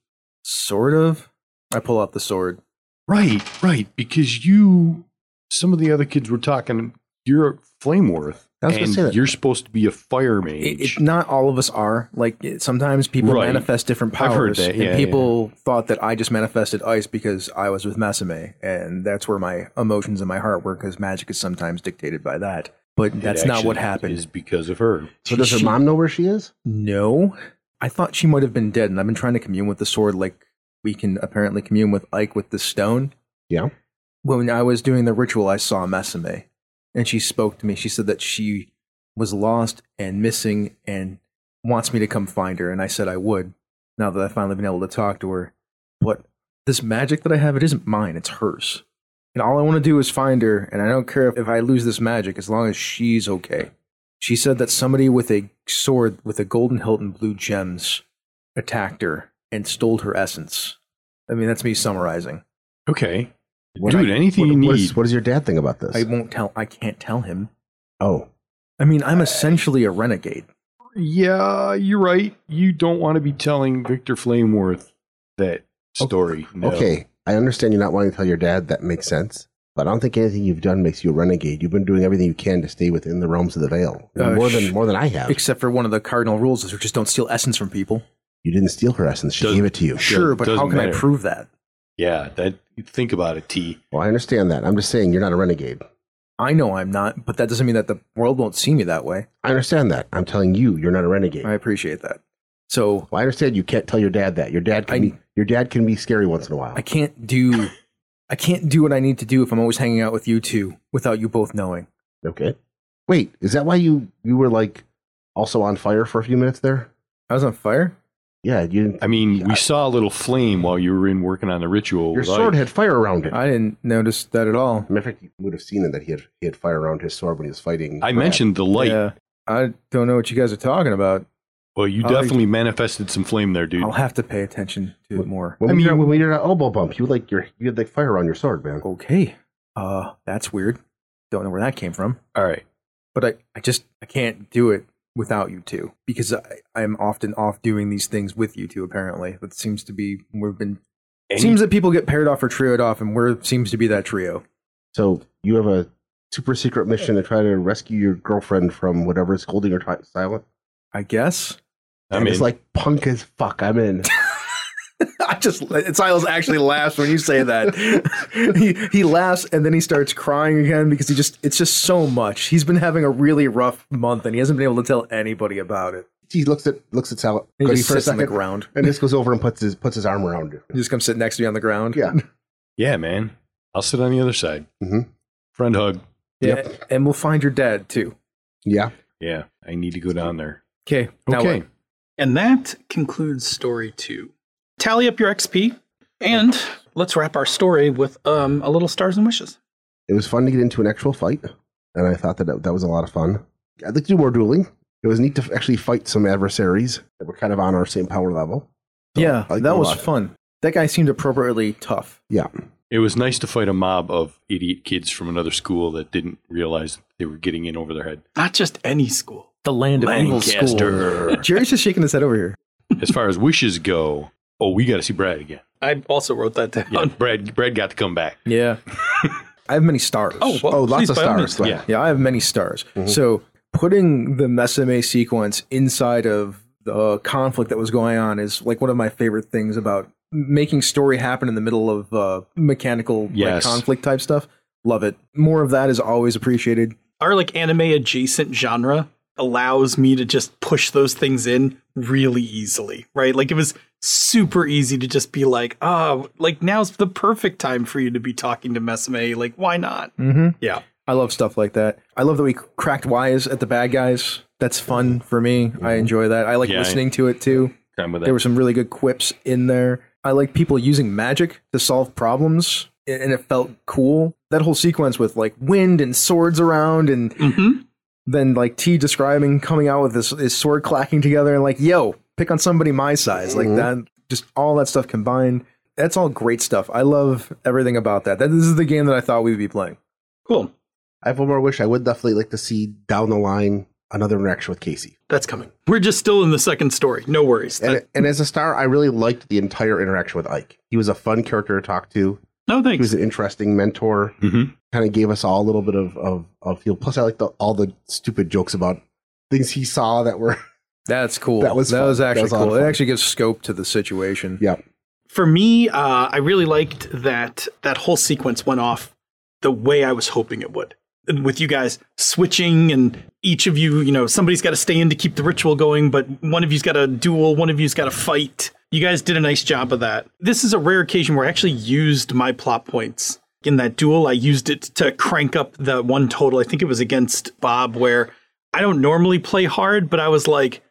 [SPEAKER 3] Sort of? I pull out the sword.
[SPEAKER 5] Right, right. Because you, some of the other kids were talking, you're a Flameworth.
[SPEAKER 6] I was gonna
[SPEAKER 5] and
[SPEAKER 6] say that.
[SPEAKER 5] you're supposed to be a fire
[SPEAKER 3] It,
[SPEAKER 5] <laughs> mage.
[SPEAKER 3] it, not all of us are. Like, it, sometimes people
[SPEAKER 5] Right.
[SPEAKER 3] manifest different
[SPEAKER 5] I've
[SPEAKER 3] powers.
[SPEAKER 5] heard that, yeah,
[SPEAKER 3] and people thought that I just manifested ice because I was with Masame, and that's where my emotions and my heart were because magic is sometimes dictated by that. But
[SPEAKER 5] It
[SPEAKER 3] that's not what
[SPEAKER 5] actually
[SPEAKER 3] happened.
[SPEAKER 5] Is because of her.
[SPEAKER 6] So does her
[SPEAKER 3] She-
[SPEAKER 6] mom know where she is?
[SPEAKER 3] No. I thought she might have been dead, and I've been trying to commune with the sword like we can apparently commune with Ike with the stone.
[SPEAKER 6] Yeah.
[SPEAKER 3] When I was doing the ritual, I saw Mesame, and she spoke to me. She said that she was lost and missing and wants me to come find her, and I said I would now that I've finally been able to talk to her. But this magic that I have, it isn't mine, it's hers. And all I want to do is find her, and I don't care if, if I lose this magic as long as she's okay. She said that somebody with a sword with a golden hilt and blue gems attacked her and stole her essence. I mean, that's me summarizing.
[SPEAKER 5] Okay.
[SPEAKER 6] What
[SPEAKER 5] Dude,
[SPEAKER 6] I-
[SPEAKER 5] anything
[SPEAKER 6] what-
[SPEAKER 5] you
[SPEAKER 6] what is-
[SPEAKER 5] need.
[SPEAKER 6] what does your dad think about this?
[SPEAKER 3] I won't tell. I can't tell him.
[SPEAKER 6] oh,
[SPEAKER 3] I mean, I'm essentially a renegade.
[SPEAKER 5] Yeah, you're right. You don't want to be telling Victor Flameworth that story. No.
[SPEAKER 6] okay. I understand you're not wanting to tell your dad. That makes sense. But I don't think anything you've done makes you a renegade. You've been doing everything you can to stay within the realms of the veil,
[SPEAKER 3] Uh,
[SPEAKER 6] more
[SPEAKER 3] sh-
[SPEAKER 6] than more than I have.
[SPEAKER 3] Except for one of the cardinal rules is just don't steal essence from people.
[SPEAKER 6] you didn't steal her essence; she
[SPEAKER 5] Does-
[SPEAKER 6] gave it to you.
[SPEAKER 3] Sure, but how
[SPEAKER 5] doesn't
[SPEAKER 3] can I
[SPEAKER 5] matter.
[SPEAKER 3] prove that?
[SPEAKER 5] Yeah, that think about it, T.
[SPEAKER 6] Well, I understand that. I'm just saying you're not a renegade.
[SPEAKER 3] I know I'm not, but that doesn't mean that the world won't see me that way.
[SPEAKER 6] I understand that. I'm telling you, you're not a renegade.
[SPEAKER 3] I appreciate that. So
[SPEAKER 6] Well, I understand you can't tell your dad that. Your dad can
[SPEAKER 3] I-
[SPEAKER 6] be your dad can be scary once in a while.
[SPEAKER 3] I can't do, I can't do what I need to do if I'm always hanging out with you two without you both knowing.
[SPEAKER 6] okay. Wait, is that why you you were like also on fire for a few minutes there?
[SPEAKER 3] I was on fire.
[SPEAKER 6] Yeah, you didn't.
[SPEAKER 5] I mean,
[SPEAKER 6] Yeah.
[SPEAKER 5] we saw a little flame while you were in working on the ritual.
[SPEAKER 6] your
[SPEAKER 5] with
[SPEAKER 6] sword
[SPEAKER 5] Ike.
[SPEAKER 6] had fire around it.
[SPEAKER 3] I didn't notice that at all.
[SPEAKER 6] Matter of fact, you would have seen it that he had he had fire around his sword when he was fighting.
[SPEAKER 5] I
[SPEAKER 6] Brad.
[SPEAKER 5] mentioned the light.
[SPEAKER 3] Yeah. I don't know what you guys are talking about.
[SPEAKER 5] Well, you
[SPEAKER 3] I'll-
[SPEAKER 5] definitely manifested some flame there, dude.
[SPEAKER 3] I'll have to pay attention to it more.
[SPEAKER 6] when
[SPEAKER 5] I
[SPEAKER 6] we did our-
[SPEAKER 5] mean-
[SPEAKER 6] when we did an elbow bump, you like your you had like fire on your sword, man.
[SPEAKER 3] Okay. Uh, that's weird. Don't know where that came from.
[SPEAKER 5] All right.
[SPEAKER 3] But I, I just, I can't do it without you two because I, I'm often off doing these things with you two. Apparently, that seems to be we've been.
[SPEAKER 5] Any-
[SPEAKER 3] seems that people get paired off or trioed off, and we're seems to be that trio.
[SPEAKER 6] So you have a super secret mission to try to rescue your girlfriend from whatever is holding her ti- silent.
[SPEAKER 3] I guess.
[SPEAKER 5] I'm
[SPEAKER 6] And it's
[SPEAKER 5] in.
[SPEAKER 6] like punk as fuck. I'm
[SPEAKER 3] <laughs>
[SPEAKER 6] in.
[SPEAKER 3] I just Silas actually laughs when you say that. <laughs> he he laughs and then he starts crying again because he just it's just so much. He's been having a really rough month and he hasn't been able to tell anybody about it.
[SPEAKER 6] he looks at looks at Sal.
[SPEAKER 3] And he
[SPEAKER 6] Goody
[SPEAKER 3] just
[SPEAKER 6] for a
[SPEAKER 3] sits on the
[SPEAKER 6] second,
[SPEAKER 3] ground.
[SPEAKER 6] and just goes over and puts his puts his arm around her.
[SPEAKER 3] He just comes sit next to me on the ground.
[SPEAKER 6] Yeah.
[SPEAKER 5] yeah, man. I'll sit on the other side.
[SPEAKER 6] Mhm.
[SPEAKER 5] Friend hug.
[SPEAKER 3] Yeah. And we'll find your dad too.
[SPEAKER 6] Yeah.
[SPEAKER 5] Yeah, I need to go down there.
[SPEAKER 3] Okay.
[SPEAKER 5] Okay.
[SPEAKER 7] And that concludes story two. Tally up your XP and let's wrap our story with um, a little stars and wishes.
[SPEAKER 6] It was fun to get into an actual fight, and I thought that that, that was a lot of fun. I'd like to do more dueling. It was neat to f- actually fight some adversaries that were kind of on our same power level. So,
[SPEAKER 3] yeah,
[SPEAKER 6] I like
[SPEAKER 3] that
[SPEAKER 6] a
[SPEAKER 3] was
[SPEAKER 6] lot.
[SPEAKER 3] fun. That guy seemed appropriately tough.
[SPEAKER 6] Yeah.
[SPEAKER 5] It was nice to fight a mob of idiot kids from another school that didn't realize they were getting in over their head.
[SPEAKER 7] Not just any school.
[SPEAKER 3] The land of evil school.
[SPEAKER 5] Lancaster.
[SPEAKER 3] Jerry's just shaking his head over here.
[SPEAKER 5] as far as wishes go, oh, we got to see Brad again.
[SPEAKER 7] I also wrote that down.
[SPEAKER 5] Yeah, <laughs> Brad. Brad got to come back.
[SPEAKER 3] Yeah. <laughs> I have many stars.
[SPEAKER 7] Oh, well,
[SPEAKER 6] Oh, lots
[SPEAKER 7] please,
[SPEAKER 6] of
[SPEAKER 7] by all
[SPEAKER 6] stars.
[SPEAKER 7] means. Mm-hmm.
[SPEAKER 6] Go
[SPEAKER 5] Yeah.
[SPEAKER 6] ahead.
[SPEAKER 3] Yeah, I have many stars. So putting the Mesame sequence inside of the conflict that was going on is like one of my favorite things about making story happen in the middle of uh, mechanical like,
[SPEAKER 5] Yes.
[SPEAKER 3] conflict type stuff. Love it. More of that is always appreciated.
[SPEAKER 7] Our like anime adjacent genre allows me to just push those things in really easily, right? Like it was super easy to just be like, oh, like now's the perfect time for you to be talking to Mesame. Like, why not?
[SPEAKER 3] Mm-hmm.
[SPEAKER 7] Yeah.
[SPEAKER 3] I love stuff like that. I love that we cracked wise at the bad guys. That's fun for me.
[SPEAKER 7] Mm-hmm.
[SPEAKER 3] I enjoy that. I like
[SPEAKER 5] Yeah, I-
[SPEAKER 3] listening to it too.
[SPEAKER 5] Time with that.
[SPEAKER 3] There were some really good quips in there. I like people using magic to solve problems, a- and it felt cool. That whole sequence with like wind and swords around, and
[SPEAKER 7] Mm-hmm.
[SPEAKER 3] then like T describing coming out with this his sword clacking together, and like, yo, pick on somebody my size, like
[SPEAKER 6] Mm-hmm.
[SPEAKER 3] that. Just all that stuff combined. That's all great stuff. I love everything about that. That this is the game that I thought we'd be playing.
[SPEAKER 7] Cool.
[SPEAKER 6] I have one more wish. I would definitely like to see down the line another interaction with Casey.
[SPEAKER 7] That's coming. We're just still in the second story. No worries.
[SPEAKER 6] And,
[SPEAKER 7] That-
[SPEAKER 6] and as a star, I really liked the entire interaction with Ike. He was a fun character to talk to.
[SPEAKER 7] no
[SPEAKER 6] He was
[SPEAKER 7] thanks.
[SPEAKER 6] an interesting mentor.
[SPEAKER 5] Mhm.
[SPEAKER 6] Kind of gave us all a little bit of of, of feel. Plus, I like the, all the stupid jokes about things he saw that were.
[SPEAKER 3] That's cool.
[SPEAKER 6] That was
[SPEAKER 3] that
[SPEAKER 6] fun.
[SPEAKER 3] was
[SPEAKER 6] That
[SPEAKER 3] actually
[SPEAKER 6] was a lot of
[SPEAKER 3] cool. It
[SPEAKER 6] fun.
[SPEAKER 3] actually gives scope to the situation.
[SPEAKER 6] Yeah.
[SPEAKER 7] For me, uh, I really liked that that whole sequence went off the way I was hoping it would. And With you guys switching and each of you, you know, somebody's got to stay in to keep the ritual going, but one of you's got to duel, one of you's got to fight. You guys did a nice job of that. This is a rare occasion where I actually used my plot points in that duel. I used it to crank up the one total. I think it was against Bob, where I don't normally play hard, but I was like,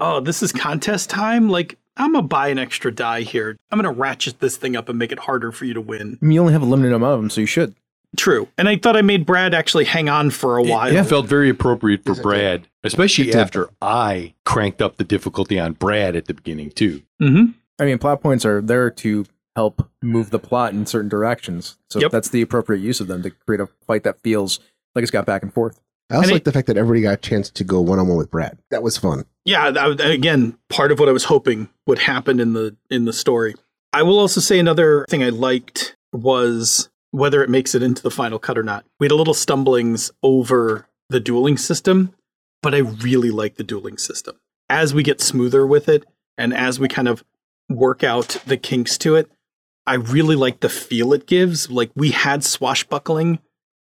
[SPEAKER 7] oh, this is contest time. Like, I'm gonna buy an extra die here. I'm gonna ratchet this thing up and make it harder for you to win.
[SPEAKER 3] I mean, you only have a limited amount of them, so you should.
[SPEAKER 7] True. And I thought I made Brad actually hang on for a while.
[SPEAKER 5] It felt very appropriate for Brad, especially after I cranked up the difficulty on Brad at the beginning too.
[SPEAKER 7] hmm
[SPEAKER 3] I mean, plot points are there to help move the plot in certain directions. So
[SPEAKER 7] Yep.
[SPEAKER 3] that's the appropriate use of them to create a fight that feels like it's got back and forth.
[SPEAKER 6] I also
[SPEAKER 7] And it-
[SPEAKER 6] like the fact that everybody got a chance to go one on one with Brad. That was fun.
[SPEAKER 7] yeah that, was- again part of what i was hoping would happen in the in the story i will also say another thing i liked was whether it makes it into the final cut or not we had a little stumblings over the dueling system but i really like the dueling system as we get smoother with it and as we kind of work out the kinks to it i really like the feel it gives like we had swashbuckling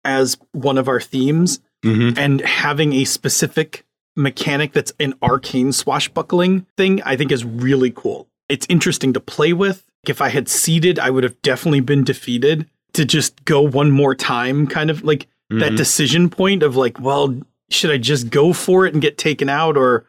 [SPEAKER 7] as one of our themes
[SPEAKER 5] Mm-hmm.
[SPEAKER 7] and having a specific mechanic that's an arcane swashbuckling thing, I think is really cool. It's interesting to play with. If I had seeded, I would have definitely been defeated. To just go one more time, kind of like
[SPEAKER 5] Mm-hmm.
[SPEAKER 7] that decision point of like, well, should I just go for it and get taken out, or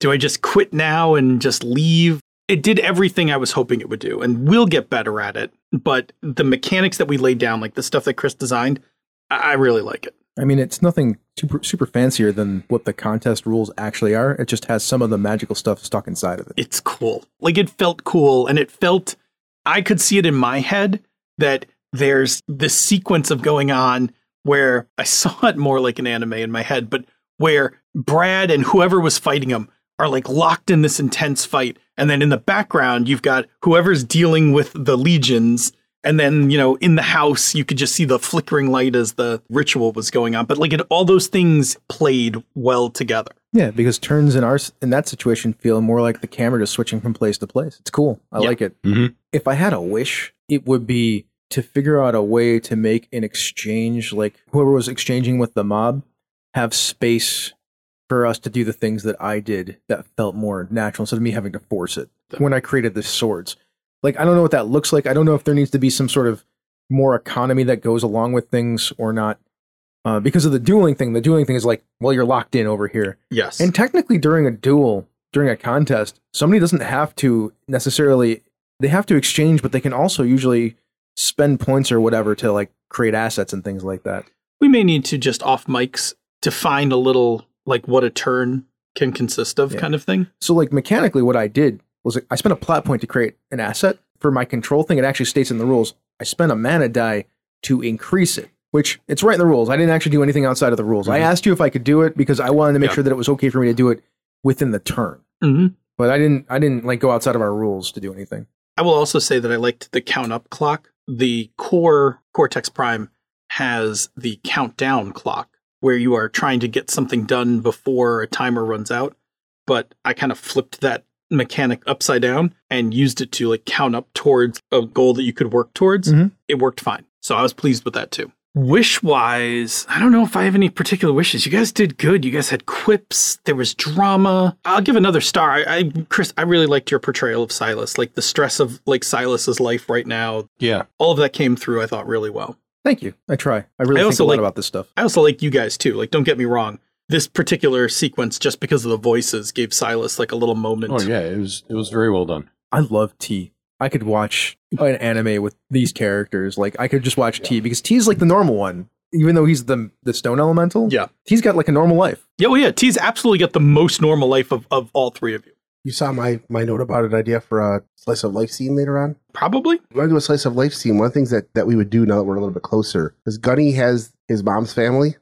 [SPEAKER 7] do I just quit now and just leave? It did everything I was hoping it would do, and we'll get better at it. But the mechanics that we laid down, like the stuff that Chris designed, I, I really like it.
[SPEAKER 3] I mean, it's nothing super, super fancier than what the contest rules actually are. It just has some of the magical stuff stuck inside of it.
[SPEAKER 7] it's cool. Like it felt cool and it felt I could see it in my head that there's this sequence of going on where <laughs> I saw it more like an anime in my head, but where Brad and whoever was fighting him are like locked in this intense fight. And then in the background, you've got whoever's dealing with the legions. And then, you know, in the house, you could just see the flickering light as the ritual was going on. But like it, all those things played well together.
[SPEAKER 3] Yeah, because turns in our in that situation feel more like the camera just switching from place to place. It's cool. I
[SPEAKER 7] Yeah.
[SPEAKER 3] like it.
[SPEAKER 5] Mhm.
[SPEAKER 3] If I had a wish, it would be to figure out a way to make an exchange like whoever was exchanging with the mob have space for us to do the things that I did that felt more natural instead of me having to force it. When I created the swords, like I don't know what that looks like. I don't know if there needs to be some sort of more economy that goes along with things or not. Uh, because of the dueling thing, the dueling thing is like, well, you're locked in over here.
[SPEAKER 7] Yes.
[SPEAKER 3] And technically, during a duel, during a contest, somebody doesn't have to necessarily. They have to exchange, but they can also usually spend points or whatever to like create assets and things like that.
[SPEAKER 7] we may need to just off mics define a little like what a turn can consist of
[SPEAKER 3] Yeah.
[SPEAKER 7] kind of thing
[SPEAKER 3] So, like mechanically, what I did was like, I spent a plot point to create an asset for my control thing. It actually states in the rules I spent a mana die to increase it, which it's right in the rules. I didn't actually do anything outside of the rules.
[SPEAKER 1] Mm-hmm.
[SPEAKER 3] I asked you if I could do it because I wanted to make
[SPEAKER 7] Yeah.
[SPEAKER 3] sure that it was okay for me to do it within the turn.
[SPEAKER 7] mm-hmm.
[SPEAKER 3] But I didn't. I didn't like go outside of our rules to do anything.
[SPEAKER 7] i will also say that i liked the count up clock the core cortex prime has the countdown clock where you are trying to get something done before a timer runs out but i kind of flipped that mechanic upside down and used it to like count up towards a goal that you could work towards
[SPEAKER 3] Mhm.
[SPEAKER 7] it worked fine so i was pleased with that too Wish wise, I don't know if I have any particular wishes. You guys did good. You guys had quips. There was drama. I'll give another star. I, I Chris, I really liked your portrayal of Silas. Like the stress of like Silas's life right now.
[SPEAKER 5] Yeah.
[SPEAKER 7] All of that came through, I thought, really well.
[SPEAKER 3] Thank you. I try. I really
[SPEAKER 7] I
[SPEAKER 3] think
[SPEAKER 7] also
[SPEAKER 3] a lot
[SPEAKER 7] like-
[SPEAKER 3] about this stuff.
[SPEAKER 7] I also like you guys too. Like, don't get me wrong. This particular sequence, just because of the voices, gave Silas like a little moment.
[SPEAKER 5] Oh yeah, it was it was very well done.
[SPEAKER 3] I love tea. I could
[SPEAKER 4] <laughs>
[SPEAKER 3] watch an anime with these characters. Like I could just watch T because T is like the normal one, even though he's the the stone elemental.
[SPEAKER 7] Yeah.
[SPEAKER 3] T's got like a normal life.
[SPEAKER 7] Yeah, well, yeah. T's absolutely got the most normal life of, of all three of you.
[SPEAKER 6] You saw my, my note about an idea for a slice of life scene later on?
[SPEAKER 7] Probably.
[SPEAKER 6] We're going to do a slice of life scene. One of the things that, that we would do now that we're a little bit closer is Gunny has his mom's family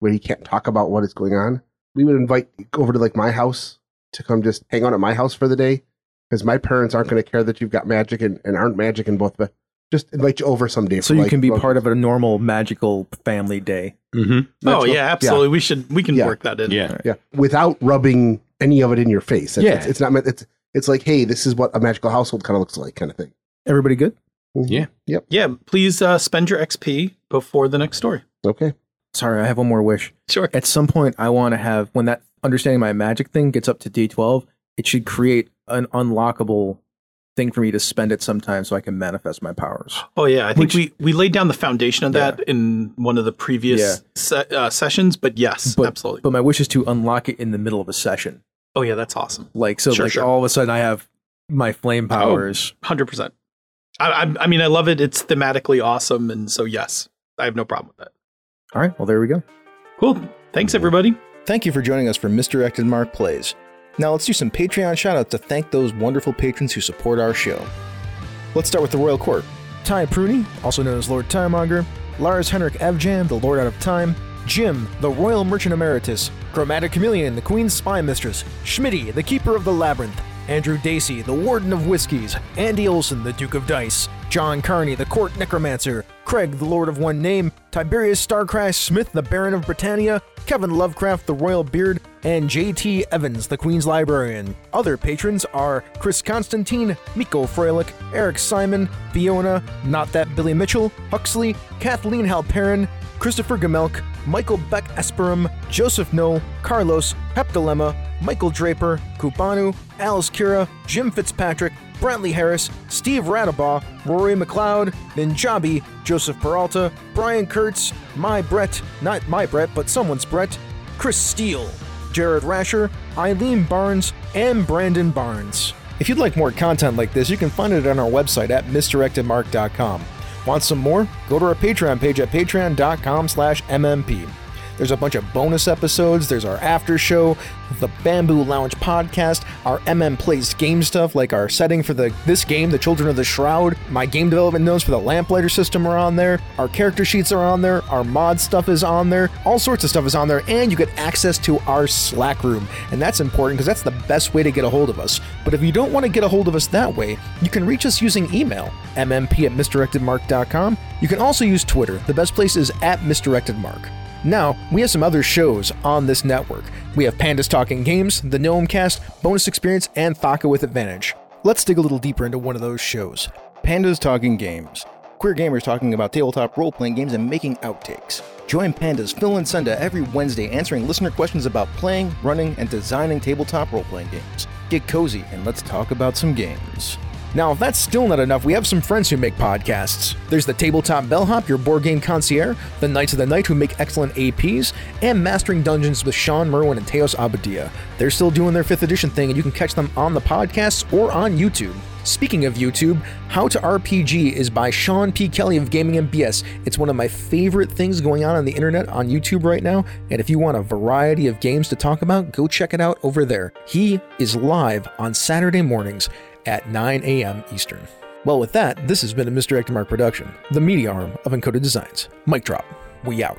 [SPEAKER 6] where he can't talk about what is going on. We would invite over to like my house to come just hang out at my house for the day because my parents aren't going to care that you've got magic and, and aren't magic and both, but just invite you over someday.
[SPEAKER 4] So you can be part of a normal magical family day.
[SPEAKER 5] Mm-hmm.
[SPEAKER 7] oh yeah, absolutely. We should. We can
[SPEAKER 6] Yeah.
[SPEAKER 7] work that in.
[SPEAKER 5] Yeah.
[SPEAKER 6] Yeah, without rubbing any of it in your face. It's,
[SPEAKER 5] Yeah.
[SPEAKER 6] it's, it's not meant. It's it's like, hey, this is what a magical household kind of looks like, kind of thing.
[SPEAKER 4] Everybody good?
[SPEAKER 7] Yeah. Please uh, spend your XP before the next story.
[SPEAKER 6] Okay.
[SPEAKER 4] Sorry, I have one more wish.
[SPEAKER 7] Sure.
[SPEAKER 4] At some point, I want to have when that understanding my magic thing gets up to D twelve, it should create an unlockable thing for me to spend it sometime so I can manifest my
[SPEAKER 7] <gasps>
[SPEAKER 4] powers.
[SPEAKER 7] Oh yeah, I think
[SPEAKER 4] Which-
[SPEAKER 7] we we laid down the foundation of that in one of the previous
[SPEAKER 4] Yeah.
[SPEAKER 7] se- uh, sessions. But yes,
[SPEAKER 4] But-
[SPEAKER 7] absolutely.
[SPEAKER 4] But my wish is to unlock it in the middle of a session,
[SPEAKER 7] oh yeah, that's awesome.
[SPEAKER 4] like so,
[SPEAKER 7] Sure,
[SPEAKER 4] like
[SPEAKER 7] sure. Oh.
[SPEAKER 4] all of a sudden I have my flame powers.
[SPEAKER 7] Hundred percent. I, I I mean, I love it. It's thematically awesome, and so yes, I have no problem with that.
[SPEAKER 4] All right, well there we go.
[SPEAKER 7] Cool. Thanks everybody.
[SPEAKER 1] Thank you for joining us for Misdirected Mark Plays. Now let's do some Patreon shoutouts to thank those wonderful patrons who support our show. Let's start with the Royal Court.
[SPEAKER 4] Ty Pruny, also known as Lord Timemonger, Lars Henrik Evjan, the Lord Out of Time, Jim, the Royal Merchant Emeritus, Chromatic Chameleon, the Queen's Spy Mistress, Schmitty, the Keeper of the Labyrinth, Andrew Dacey, the Warden of Whiskies, Andy Olson, the Duke of Dice, John Carney, the Court Necromancer, Craig, the Lord of One Name, Tiberius Starcrash Smith, the Baron of Britannia, Kevin Lovecraft, the Royal Beard, and J.T. Evans, the Queen's Librarian. Other patrons are Chris Constantine, Miko Freilich, Eric Simon, Fiona, Not That Billy Mitchell, Huxley, Kathleen Halperin, Christopher Gamelk, Michael Beck Esperum, Joseph Noel, Carlos, Pep Dilemma, Michael Draper, Kupanu, Alice Kira, Jim Fitzpatrick, Brantley Harris, Steve Radabaugh, Rory McLeod, Ninjabi, Joseph Peralta, Brian Kurtz, My Brett, not my Brett, but someone's Brett, Chris Steele, Jared Rasher, Eileen Barnes, and Brandon Barnes.
[SPEAKER 1] If you'd like more content like this, you can find it on our website at misdirectedmark.com. Want some more? Go to our Patreon page at patreon.com slash MMP. There's a bunch of bonus episodes, there's our after show, the Bamboo Lounge podcast, our MM Plays game stuff like our setting for the this game, the Children of the Shroud, my game development notes for the Lamplighter system are on there, our character sheets are on there, our mod stuff is on there, all sorts of stuff is on there, and you get access to our Slack room. And that's important because that's the best way to get a hold of us. But if you don't want to get a hold of us that way, you can reach us using email, mmp at misdirectedmark.com. You can also use Twitter. The best place is at misdirectedmark. Now, we have some other shows on this network. We have Pandas Talking Games, The Gnome Cast, Bonus Experience, and Thaka with Advantage. Let's dig a little deeper into one of those shows Pandas Talking Games. Queer gamers talking about tabletop role playing games and making outtakes. Join Pandas Phil and Senda every Wednesday answering listener questions about playing, running, and designing tabletop role playing games. Get cozy and let's talk about some games. Now, if that's still not enough, we have some friends who make podcasts. There's the Tabletop Bellhop, your board game concierge, the Knights of the Night, who make excellent APs, and Mastering Dungeons with Sean Merwin and Teos Abadia. They're still doing their 5th edition thing, and you can catch them on the podcasts or on YouTube. Speaking of YouTube, How to RPG is by Sean P. Kelly of Gaming MBS. It's one of my favorite things going on on the internet on YouTube right now, and if you want a variety of games to talk about, go check it out over there. He is live on Saturday mornings at 9 a.m. Eastern. Well, with that, this has been a Mr. Mark production, the media arm of Encoded Designs. Mic drop. We out.